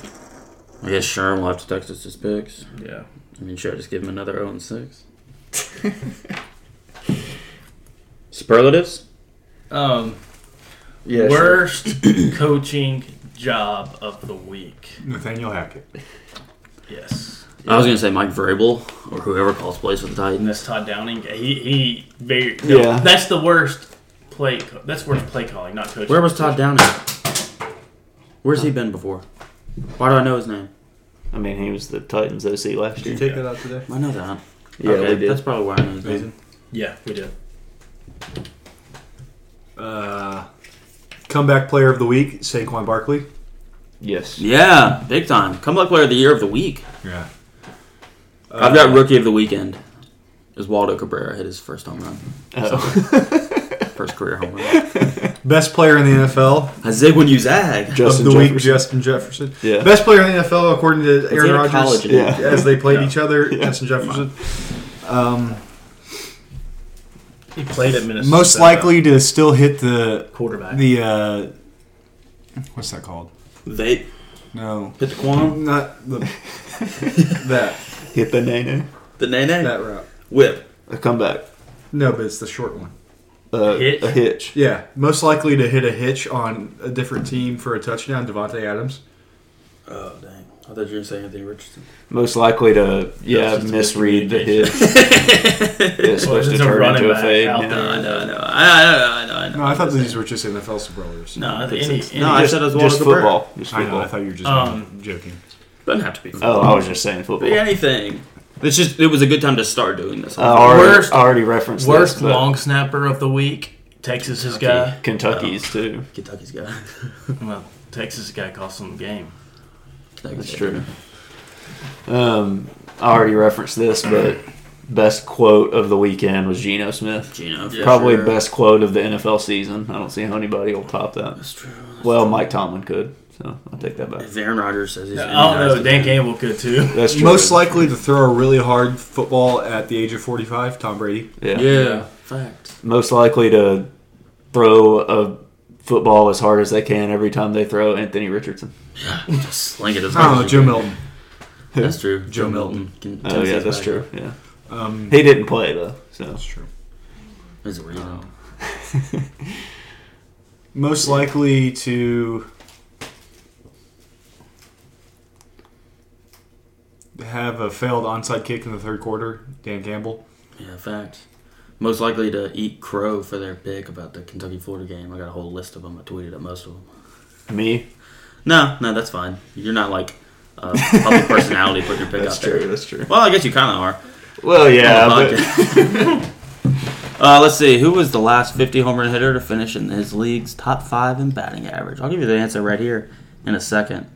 D: I guess Sherm will have to text us his picks.
B: yeah.
D: I mean, should I just give him another 0 and 6? Superlatives?
B: Um,
A: Yeah. sure.
B: worst coaching job of the week.
F: Nathaniel Hackett.
B: Yes.
D: I was going to say Mike Vrabel or whoever calls plays for the
B: And
D: Titans.
B: that's Todd Downing. He he very no,
A: Yeah.
B: That's the worst play. Co- that's worst play calling, not coaching.
D: Where was Todd Downing? Where's he been before? Why do I know his name?
A: I mean, he was the Titans OC last year.
F: take that out today?
D: I know that.
A: Yeah,
D: okay,
A: we did.
D: That's probably why I know his name.
F: Amazing.
B: Yeah, we did.
F: Uh, comeback player of the week, Saquon Barkley.
A: Yes.
D: Yeah, big time. Comeback player of the year of the week.
F: Yeah. Uh,
D: I've got rookie of the weekend. Is Waldo Cabrera hit his first home run, first career home run?
F: Best player in the NFL
D: I zig when you zag.
A: Justin
F: of the week, Justin
A: Jefferson.
F: Jefferson.
A: Yeah.
F: Best player in the NFL according to
D: he
F: Aaron
D: in
F: Rodgers
D: college?
A: Yeah.
F: as they played
B: Yeah.
F: each other. Justin Jefferson. Um,
B: He played at Minnesota.
F: most likely to still hit the
B: quarterback.
F: the uh, what's that called?
D: They
F: No,
D: hit the quam,
F: not the that
A: Hit the nana.
D: the nene,
F: that route.
D: whip.
A: A comeback.
F: No, but it's the short one.
A: Uh,
B: Hitch?
A: A hitch.
F: Yeah, most likely to hit a hitch on a different team for a touchdown. Devonte Adams.
D: Oh dang! I thought you were gonna say Anthony Richardson.
A: Most likely to yeah
B: it's just
A: misread the hitch. It's
B: Well,
A: supposed to
B: it's a
A: turn
B: running
A: into a
B: back
A: fade.
B: out
A: yeah.
D: No, I know, I know, I know, I know.
F: No, I thought these were just NFL superlatives.
B: No, any, any,
D: No, I said it was Walter
A: Just
D: Cabrera.
A: football. Just
F: I
A: football.
F: know. I thought you were just
B: Um,
F: joking.
D: Doesn't have to be. football.
A: Oh, I was just saying football. Uh,
D: Be anything. It's just it was a good time to start doing this.
A: I already,
B: Worst-
A: I already referenced
B: worst
A: this, but
B: long snapper of the week. Texas's guy.
A: Kentucky's too.
D: Kentucky's guy.
B: Well, Texas guy cost them the game.
A: That's true. Um, I already referenced this, but best quote of the weekend was Geno Smith.
D: Gino, for
A: Probably
D: sure.
A: best quote of the NFL season. I don't see how anybody will top that.
D: That's true.
A: Well, Mike Tomlin could. So I'll take that back.
D: If Aaron Rodgers says he's,
B: I
C: Oh,
B: don't know. Oh, Dan Campbell could too.
A: That's true.
C: Most likely to throw a really hard football at the age of 45, Tom Brady.
A: yeah.
D: Yeah, fact.
A: Most likely to throw a football as hard as they can every time they throw Anthony Richardson.
D: Just sling it as
C: I don't
D: hard
C: know,
D: as
C: Joe
D: you can.
C: Milton.
D: That's true.
C: Joe Milton.
D: Can-
A: Oh
D: Tennessee's
A: yeah, that's
D: back.
A: true. Yeah,
C: Um,
A: he didn't play though. So
C: that's true.
D: That's weird.
A: Oh.
C: Most likely to have a failed onside kick in the third quarter, Dan Campbell.
D: Yeah, fact. Most likely to eat crow for their pick about the Kentucky Florida game. I got a whole list of them. I tweeted at most of them.
A: me,
D: No, no, that's fine. You're not like a public personality putting your pick
A: that's
D: out there.
A: true. That's true.
D: Well, I guess you kind of are.
A: Well, yeah,
D: On the
A: but
D: podcast. uh, let's see. Who was the last 50 home run hitter to finish in his league's top five in batting average? I'll give you the answer right here in a second.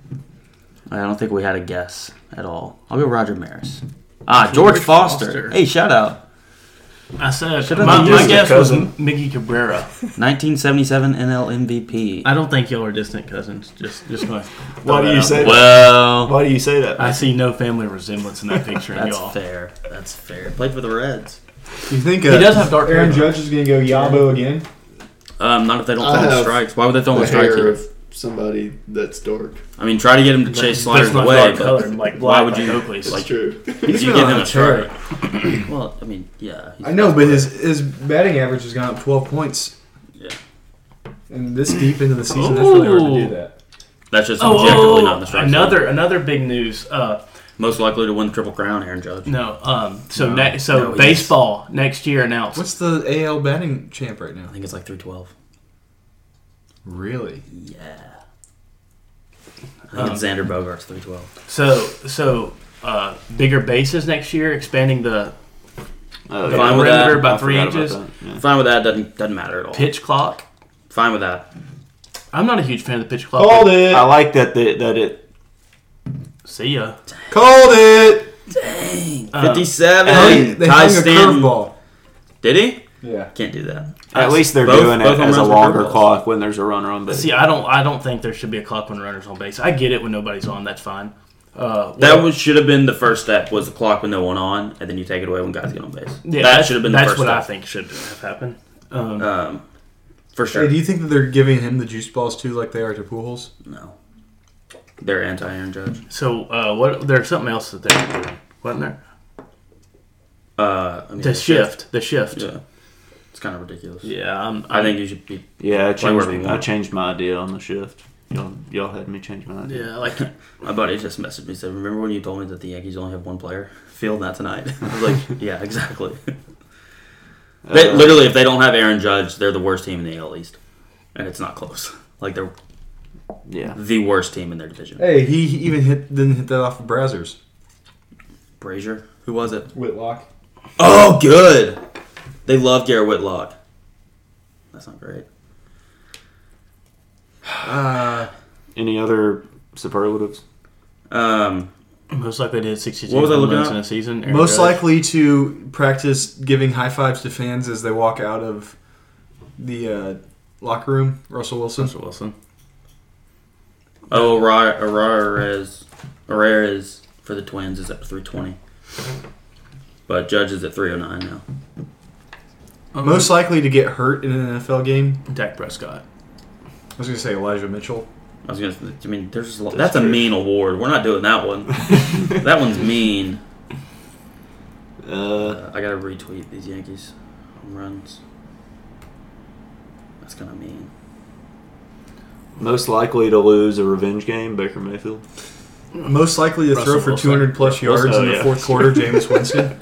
D: I don't think we had a guess at all. I'll go Roger Maris. Ah, George,
B: George
D: Foster.
B: Foster.
D: Hey, shout out.
B: I said
D: Should've
B: my,
D: been
B: my
D: just a
B: guess was
A: cousin.
B: Miggy Cabrera.
D: 1977 NL MVP.
B: I don't think y'all are distant cousins. Just just going.
A: why do you say that?
D: well,
A: Why do you say that?
B: I see no family resemblance in that picture in
D: that's
B: y'all.
D: fair. That's fair. Played for the Reds.
C: You think uh,
B: He does have dark hair.
K: Aaron
B: though.
K: Judge is going to go Yabo again.
D: Um, not if they don't
K: I
D: throw him
K: have
D: strikes. Why would they throw him
K: The
D: strikes?
K: hair
D: here?
K: of somebody that's dark.
D: I mean, try to get him to chase
B: But
D: sliders
B: it's not
D: away.
B: dark
D: But
B: colored, like
D: why
B: black
D: would
B: like
D: you
B: Oakley's.
K: It's
D: like?
K: true.
D: If
C: He's
D: you
C: been
D: give
C: on
D: him
C: a
D: a
C: tear.
D: strike. well, I mean, yeah. he's
C: I know,
D: the
C: but
D: best
C: his his batting average has gone up 12 points.
D: Yeah.
C: And this deep into the season, that's really hard to
B: Ooh.
C: do that.
D: player. that's just
B: Oh,
D: objectively
B: oh,
D: not in the strike. zone.
B: another another big news. Uh,
D: most likely to win the triple crown, Aaron Judge.
B: no, um, so
C: No.
B: ne- so
D: No, he
B: baseball next year announced.
C: What's the AL batting champ right now?
D: I think it's like three twelve.
C: Really?
D: Yeah. I think it's
B: Um,
D: Xander Bogart's three twelve.
B: So so uh, bigger bases next year, expanding the
A: Oh,
B: the
D: Fine with that.
B: perimeter by
A: I
B: three
A: forgot about
B: inches,
A: that, yeah.
D: Fine with that. Doesn't doesn't matter at all.
B: pitch clock.
D: Fine with that.
B: I'm not a huge fan of the pitch clock.
A: Oh,
K: Called it.
A: I like that the, that it.
B: See ya.
C: Called it!
B: Uh,
D: Fifty seven.
C: They, they
D: Ty
C: hung a
D: Stanton.
C: curveball.
D: Did he?
C: Yeah.
D: Can't do that.
A: At least they're
D: Both-
A: doing
D: both
A: it
D: home
A: as a
D: runs were
A: longer
D: curveballs.
A: clock when there's a runner on base.
B: See, I don't I don't think there should be a clock when runners on base. I get it when nobody's on. That's fine. Uh,
D: That was, should have been the first step. Was the clock when no one on, and then you take it away when guys get on base.
B: yeah,
D: that
B: that's-
D: should have been the
B: That's
D: first
B: what I
D: step.
B: think should have happened. Um,
D: Um, for sure.
C: Hey, do you think that they're giving him the juice balls too, like they are to Pujols?
D: No. They're anti Aaron Judge.
B: so uh, what? There's something else that they were doing, wasn't there?
D: Uh, I mean,
B: The shift. The shift.
D: Yeah. It's kind of ridiculous.
B: Yeah, I'm,
D: I think you should be.
A: yeah, I
D: wherever you
A: changed, I
D: want.
A: changed my idea on the shift. Y'all, y'all had me change my idea.
B: Yeah, like
D: My buddy just messaged me said, "Remember when you told me that the Yankees only have one player? Feel that tonight." I was like, "Yeah, exactly." they
A: Uh,
D: literally, if they don't have Aaron Judge, they're the worst team in the AL East, and it's not close. Like they're
A: Yeah.
D: the worst team in their division.
C: Hey, he he even hit didn't hit that off of Brazzers.
D: Brazier, who was it?
K: Whitlock.
D: Oh, good. They love Garrett Whitlock. That's not great.
C: Uh,
A: Any other superlatives?
D: Um,
B: most likely did 62
D: What was I
B: home
D: looking
B: runs
D: at?
B: in a season. Aaron
C: most
B: Judge.
C: likely to practice giving high fives to fans as they walk out of the uh, locker room. Russell Wilson.
B: Russell Wilson.
D: oh, Ara- Arares, Arares for the Twins is at 320. But Judge is at 309 now.
C: Most likely to get hurt in an NFL game.
B: Dak Prescott.
C: I was gonna say Elijah Mitchell.
D: I was gonna. I mean, there's just a lot- that's, a mean award. We're not doing that one. that one's mean.
A: Uh,
D: Uh, I gotta retweet these Yankees home runs. That's kind of mean.
A: most likely to lose a revenge game, Baker Mayfield.
C: Most likely to
B: Russell
C: throw for
B: Wilson.
C: 200 plus yards
A: Wilson,
C: in the
A: Oh, yeah.
C: fourth quarter. Jameis Winston.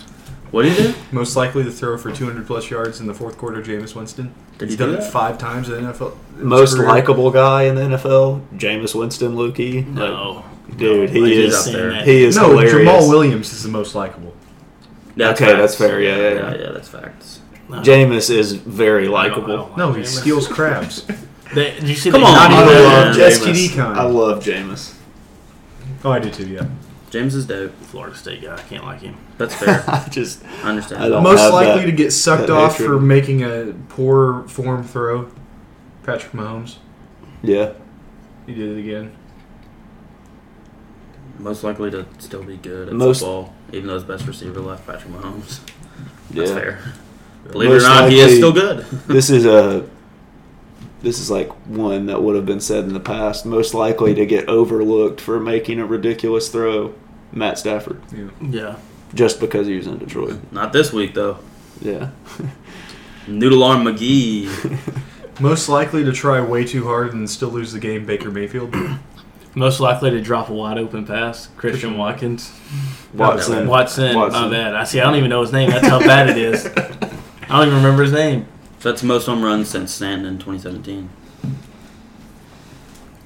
D: What did he do?
C: Most likely to throw for 200 plus yards in the fourth quarter. Jameis Winston.
D: Did he
C: He's
D: do
C: done it
D: that?
C: five times in the NFL. in his
A: Most
C: career.
A: likable guy in the NFL, Jameis Winston, Lukey.
B: No,
A: dude, he
D: Like, he's
A: is
D: up there.
B: Seen that.
A: he is
C: No,
A: hilarious.
C: Jamal Williams is the most likable.
A: Okay, that's fair. Yeah, yeah,
D: yeah,
A: yeah.
D: yeah. That's facts.
A: Jameis is very
B: I don't- I
A: likable.
B: don't
C: No,
B: like
C: he
B: Jameis.
C: steals crabs.
B: They, did you see
D: Come
B: the
D: on,
B: Not
D: man.
B: even- uh,
D: I
A: love
D: Yeah.
C: Just
A: Jameis.
C: STD kind.
A: I love Jameis.
C: Oh, I do too. Yeah.
D: James is dope.
B: Florida State guy. I can't like him.
D: That's fair.
A: I just
D: I understand.
A: I don't-
C: Most
A: have
C: likely
A: that-
C: to get sucked
A: that
C: off
A: hatred.
C: for making a poor form throw. Patrick Mahomes.
A: yeah.
C: He did it again.
D: most likely to still be good at
A: Most-
D: football, even though his best receiver left Patrick Mahomes. That's
A: Yeah.
D: fair. Believe it or
A: Most
D: not, he is
A: likely-
D: still good.
A: this is a this is like one that would have been said in the past. Most likely to get overlooked for making a ridiculous throw, Matt Stafford,
B: Yeah.
A: just because he was in Detroit.
D: Not this week though.
A: Yeah.
D: Noodle arm McGee.
C: Most likely to try way too hard and still lose the game, Baker Mayfield.
B: Most likely to drop a wide open pass, Christian Watkins.
A: Watson.
B: Watson. My
A: Watson.
B: bad. I see. I don't even know his name. That's how bad it is. I don't even remember his name.
D: That's most home runs since Stanton in 2017.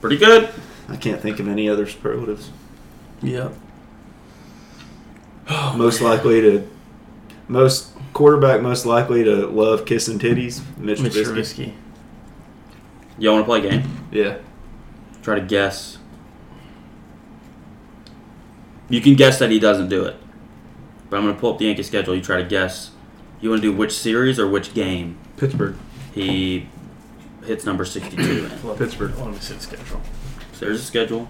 D: Pretty good.
A: I can't think of any other superlatives.
B: Yeah.
A: most likely to most quarterback most likely to love kissing titties, Mitch
B: Mitch
A: Trubisky.
B: Trubisky.
D: Y'all want to play a game?
A: Yeah.
D: Try to guess. You can guess that he doesn't do it. But I'm going to pull up the Yankee schedule. You try to guess. You want to do which series or which game
C: Pittsburgh.
D: he hits number 62 in.
B: Love
C: Pittsburgh.
B: Let me see the schedule.
D: So there's a schedule.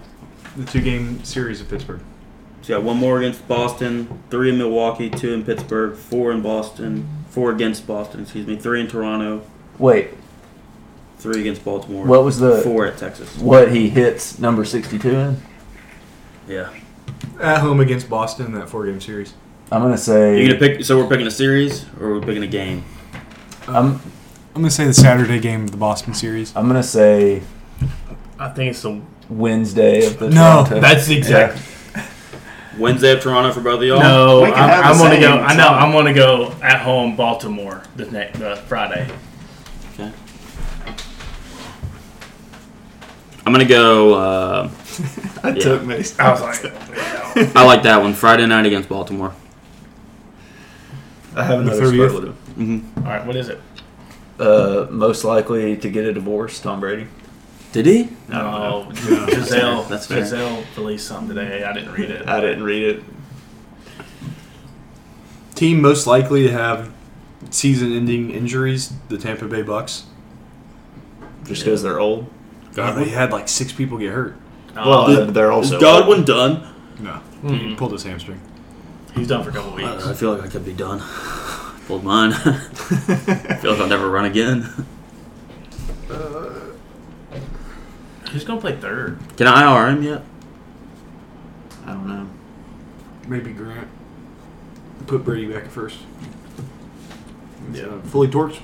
C: The two game series of Pittsburgh.
D: So you got one more against Boston, three in Milwaukee, two in Pittsburgh, four in Boston, four against Boston, excuse me, three in Toronto,
L: Wait,
D: three against Baltimore,
L: what was the
D: four at Texas.
L: what he hits number sixty-two in?
D: Yeah.
C: At home against Boston in that four game series.
L: I'm gonna
D: Are you
L: say
D: gonna pick? So we're picking a series, or we're picking a game.
L: I'm
C: I'm going to say the Saturday game of the Boston series.
L: I'm gonna say
B: I think it's the.
L: Wednesday of the
C: No,
L: Toronto-
B: That's the exact.
D: Wednesday of Toronto for both of y'all.
B: No,
M: We can have
B: I'm,
M: the same.
B: I'm gonna go. I know. I'm gonna go at home, Baltimore, the next the Friday.
D: I'm gonna go. Uh,
M: I
D: Yeah.
M: took Mason.
B: I was like,
D: I like that one. Friday night against Baltimore.
A: I have another
C: 30th.
A: superlative.
L: Mm-hmm.
B: all right, what is it?
A: Uh, most likely to get a divorce, Tom Brady.
D: Did he?
A: I don't know.
B: Oh, Giselle.
D: That's fair.
B: Giselle released something today. I didn't read it.
A: I didn't read it.
C: Team most likely to have season ending injuries, the Tampa Bay Bucks.
A: Just because they're old.
C: God, they had like six people get hurt.
A: Well,
B: uh,
D: Is-
A: they're also
D: Is Oh, Godwin done?
C: No. He
B: Mm.
C: pulled his hamstring.
B: He's done for a couple weeks.
A: Uh,
D: I feel like I could be done. Pulled mine. I feel like I'll never run again.
B: Who's gonna play third?
D: Can I IR him yet?
A: I don't know.
C: Maybe Grant. Put Brady back at first.
B: Yeah.
C: Uh, fully torched.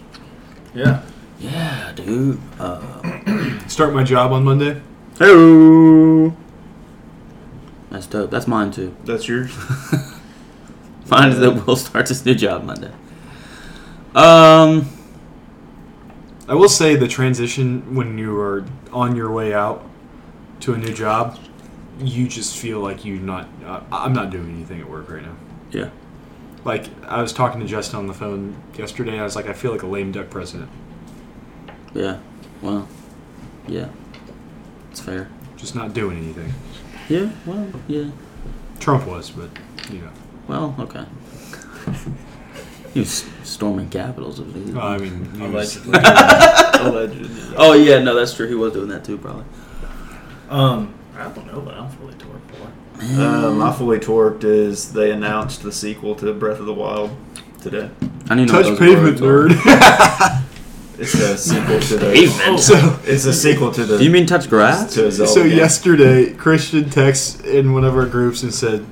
B: Yeah.
D: Yeah, dude. Uh,
C: Start my job on Monday.
D: hey. That's dope. That's mine too.
A: That's yours.
D: Mine is that Will starts his new job Monday. Um.
C: I will say the transition when you are on your way out to a new job, you just feel like you not. Uh, I'm not doing anything at work right now.
D: Yeah.
C: Like I was talking to Justin on the phone yesterday, and I was like, I feel like a lame duck president.
D: Yeah. Well. Yeah. It's fair.
C: Just not doing anything.
D: Yeah. Well. Yeah.
C: Trump was, but you know,
D: Well. Okay. he was storming capitals. Of these.
C: Uh, I mean, he was-
A: Allegedly.
D: oh yeah. No, that's true. He was doing that too, probably.
B: Um, I don't know, but I'm fully torn for.
A: Uh, my fully torqued is they announced the sequel to Breath of the Wild today.
D: I need to know
C: touch
D: what those
C: pavement,
D: words
C: nerd.
A: It's a sequel to the.
B: Oh,
C: so,
A: It's a sequel to the.
D: are. Do you mean touch grass?
A: to a Zelda
C: so
A: game.
C: yesterday, Christian texts in one of our groups and said,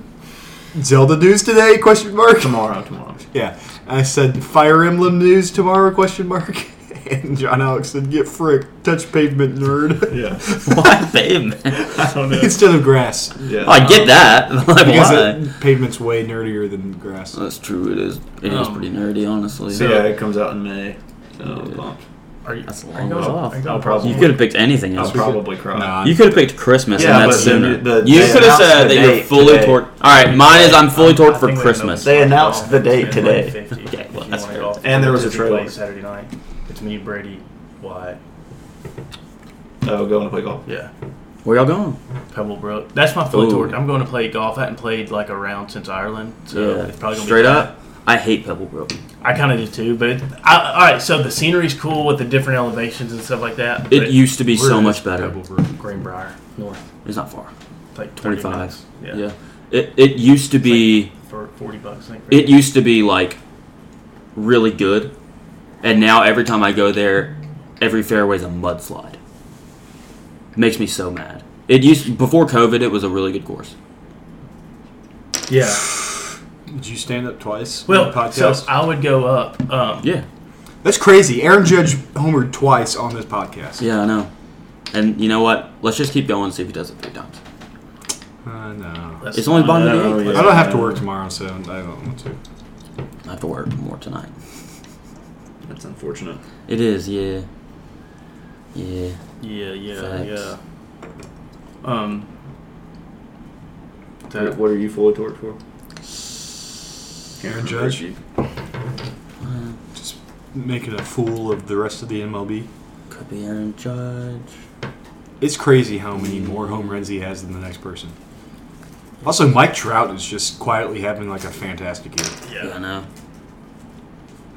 C: "Zelda news today?" Question mark.
A: tomorrow, tomorrow.
C: Yeah, I said Fire Emblem news tomorrow? Question mark. And John Alex said, "Get frick, touch pavement, nerd."
A: Yeah,
D: Why pavement?
B: I don't know.
C: Instead of grass,
A: yeah.
D: I get that. Like,
C: because
D: why?
C: it, pavement's way nerdier than grass.
D: that's true. It is. It is
B: Um,
D: pretty nerdy, honestly.
A: So yeah, it comes out in May. So I'm pumped.
B: Are you?
D: That's a
B: Are you
D: long
B: going
D: ways off.
B: are you
A: No
B: going
A: problem.
D: You could have picked anything
C: Oh,
A: I'll
D: else.
A: probably cry.
C: Nah,
D: You could have picked Christmas,
A: Yeah,
D: and
A: but
D: that's
A: the-
D: sooner.
A: the-
D: you
A: they
D: could have said
A: announced the
D: that you're
A: date
D: fully
A: today.
D: toward. All right, mine is I'm fully toward
B: I
D: for
B: think we
D: Christmas.
B: know
A: They announced the date
B: It's
A: today.
B: 50,
D: Okay,
B: if
D: well,
B: you
D: that's
B: wanna
D: fair.
B: go off
A: And there was a
B: Disney
A: trailer.
B: Play Saturday night. It's me, Brady, Wyatt.
A: Oh, going to play golf.
B: Yeah.
D: Where y'all going?
B: Pebble Brook. That's my fully
D: Ooh.
B: torqued. I'm going to play golf. I haven't played like a round since Ireland, so
D: yeah,
B: it's probably gonna
D: straight
B: be fun.
D: up. I hate Pebblebrook.
B: I kind of do too, but it, I, all right. So the scenery's cool with the different elevations and stuff like that.
D: It
B: but
D: used to be so
C: Where
D: much
C: is
D: better.
C: Pebble Brook?
B: Greenbrier North.
D: It's not far.
B: like 20
D: 25.
B: bucks. Yeah.
D: Yeah. It, it used to be
B: For 40 bucks, I think.
D: it used to be like really good, and now every time I go there, every fairway's a mudslide. Makes me so mad. It used before COVID, it was a really good course.
B: yeah.
C: Did you stand up twice? on
B: Well,
C: the
B: so
C: podcast.
B: I would go up. Um,
D: Yeah,
C: that's crazy. Aaron Judge homered twice on this podcast.
D: yeah, I know. And you know what? Let's just keep going and see if he does it three times.
C: Uh, no.
B: that's
D: It's only
B: fine.
D: bottom of
A: Oh,
D: the eighth.
A: yeah.
C: I don't have to work tomorrow, so I don't want to.
D: I have to work more tonight.
A: That's unfortunate.
D: It is, yeah, yeah.
B: Yeah, yeah,
D: Facts.
B: yeah. Um,
A: What-
B: that,
A: What are you full of torque for?
C: Aaron
A: remember if
C: Judge?
A: you-
C: Just making a fool of the rest of the MLB.
D: Could be Aaron Judge.
C: It's crazy how many more home runs he has than the next person. Also, Mike Trout is just quietly having like a fantastic year.
D: Yeah, I
B: yeah.
D: know.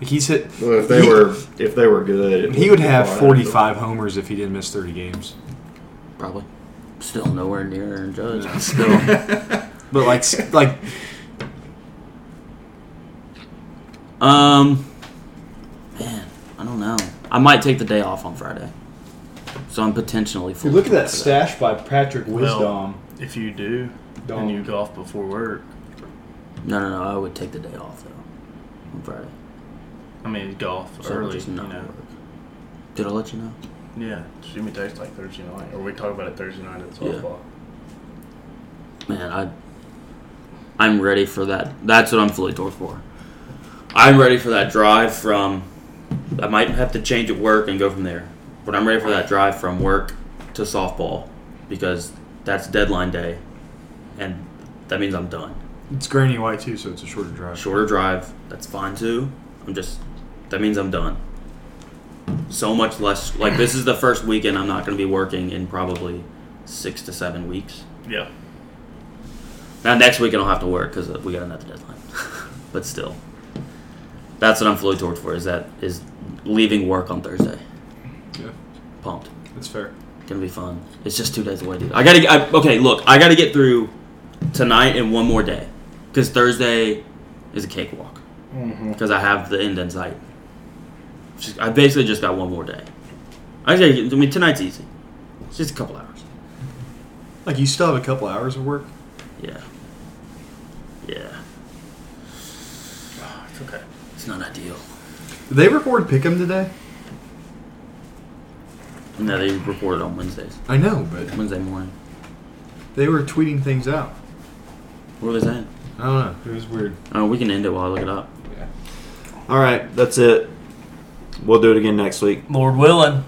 C: Like he's hit.
A: Well, if they
C: he-
A: were if they were good, it
C: He would
A: be
C: have
A: fine.
C: 45 homers if he didn't miss 30 games.
D: Probably. Still nowhere near Aaron Judge.
C: No.
D: Still.
C: But like, s- like
D: Um, man, I don't know. I might take the day off on Friday, so I'm potentially
N: If
D: full.
N: you look at that
D: for
N: stash by Patrick Wisdom,
B: If you do,
N: Dom.
B: and you golf before work,
D: No, no, no. I would take the day off though on Friday.
B: I mean, golf
D: So
B: early,
D: just
B: you
D: not
B: know.
D: work. Did I let you know?
B: Yeah, shoot me text like Thursday night, or we talk about it Thursday night at
D: Yeah.
B: twelve o'clock.
D: Man, I. I'm ready for that. That's what I'm fully torqued for. I'm ready for that drive from. I might have to change at work and go from there, but I'm ready for that drive from work to softball because that's deadline day, and that means I'm done.
C: it's Granny White too, so it's a shorter drive.
D: shorter drive. That's fine too. I'm just that means I'm done. So much less. Like this is the first weekend I'm not going to be working in probably six to seven weeks.
B: Yeah,
D: Now next weekend I'll have to work because we got another deadline. but still, that's what I'm fully torqued for. Is that is leaving work on Thursday.
C: Yeah.
D: Pumped.
C: That's fair.
D: Gonna be fun. It's just two days away, dude. I gotta. I, okay, look, I gotta get through tonight and one more day, because Thursday is a cakewalk. Because I have the end in sight. Just- I basically just got one more day. I gotta get- I mean, tonight's easy. It's just a couple hours.
C: Like you still have a couple hours of work.
D: Yeah. Yeah.
B: it's okay.
D: It's not ideal.
C: Did they record Pick'em today?
D: No, they reported on Wednesdays.
C: I know, but
D: Wednesday morning.
C: they were tweeting things out.
D: What were they saying?
C: I don't know. It was weird.
D: Oh, we can end it while I look it up.
A: All right, that's it. We'll do it again next week.
B: Lord willing.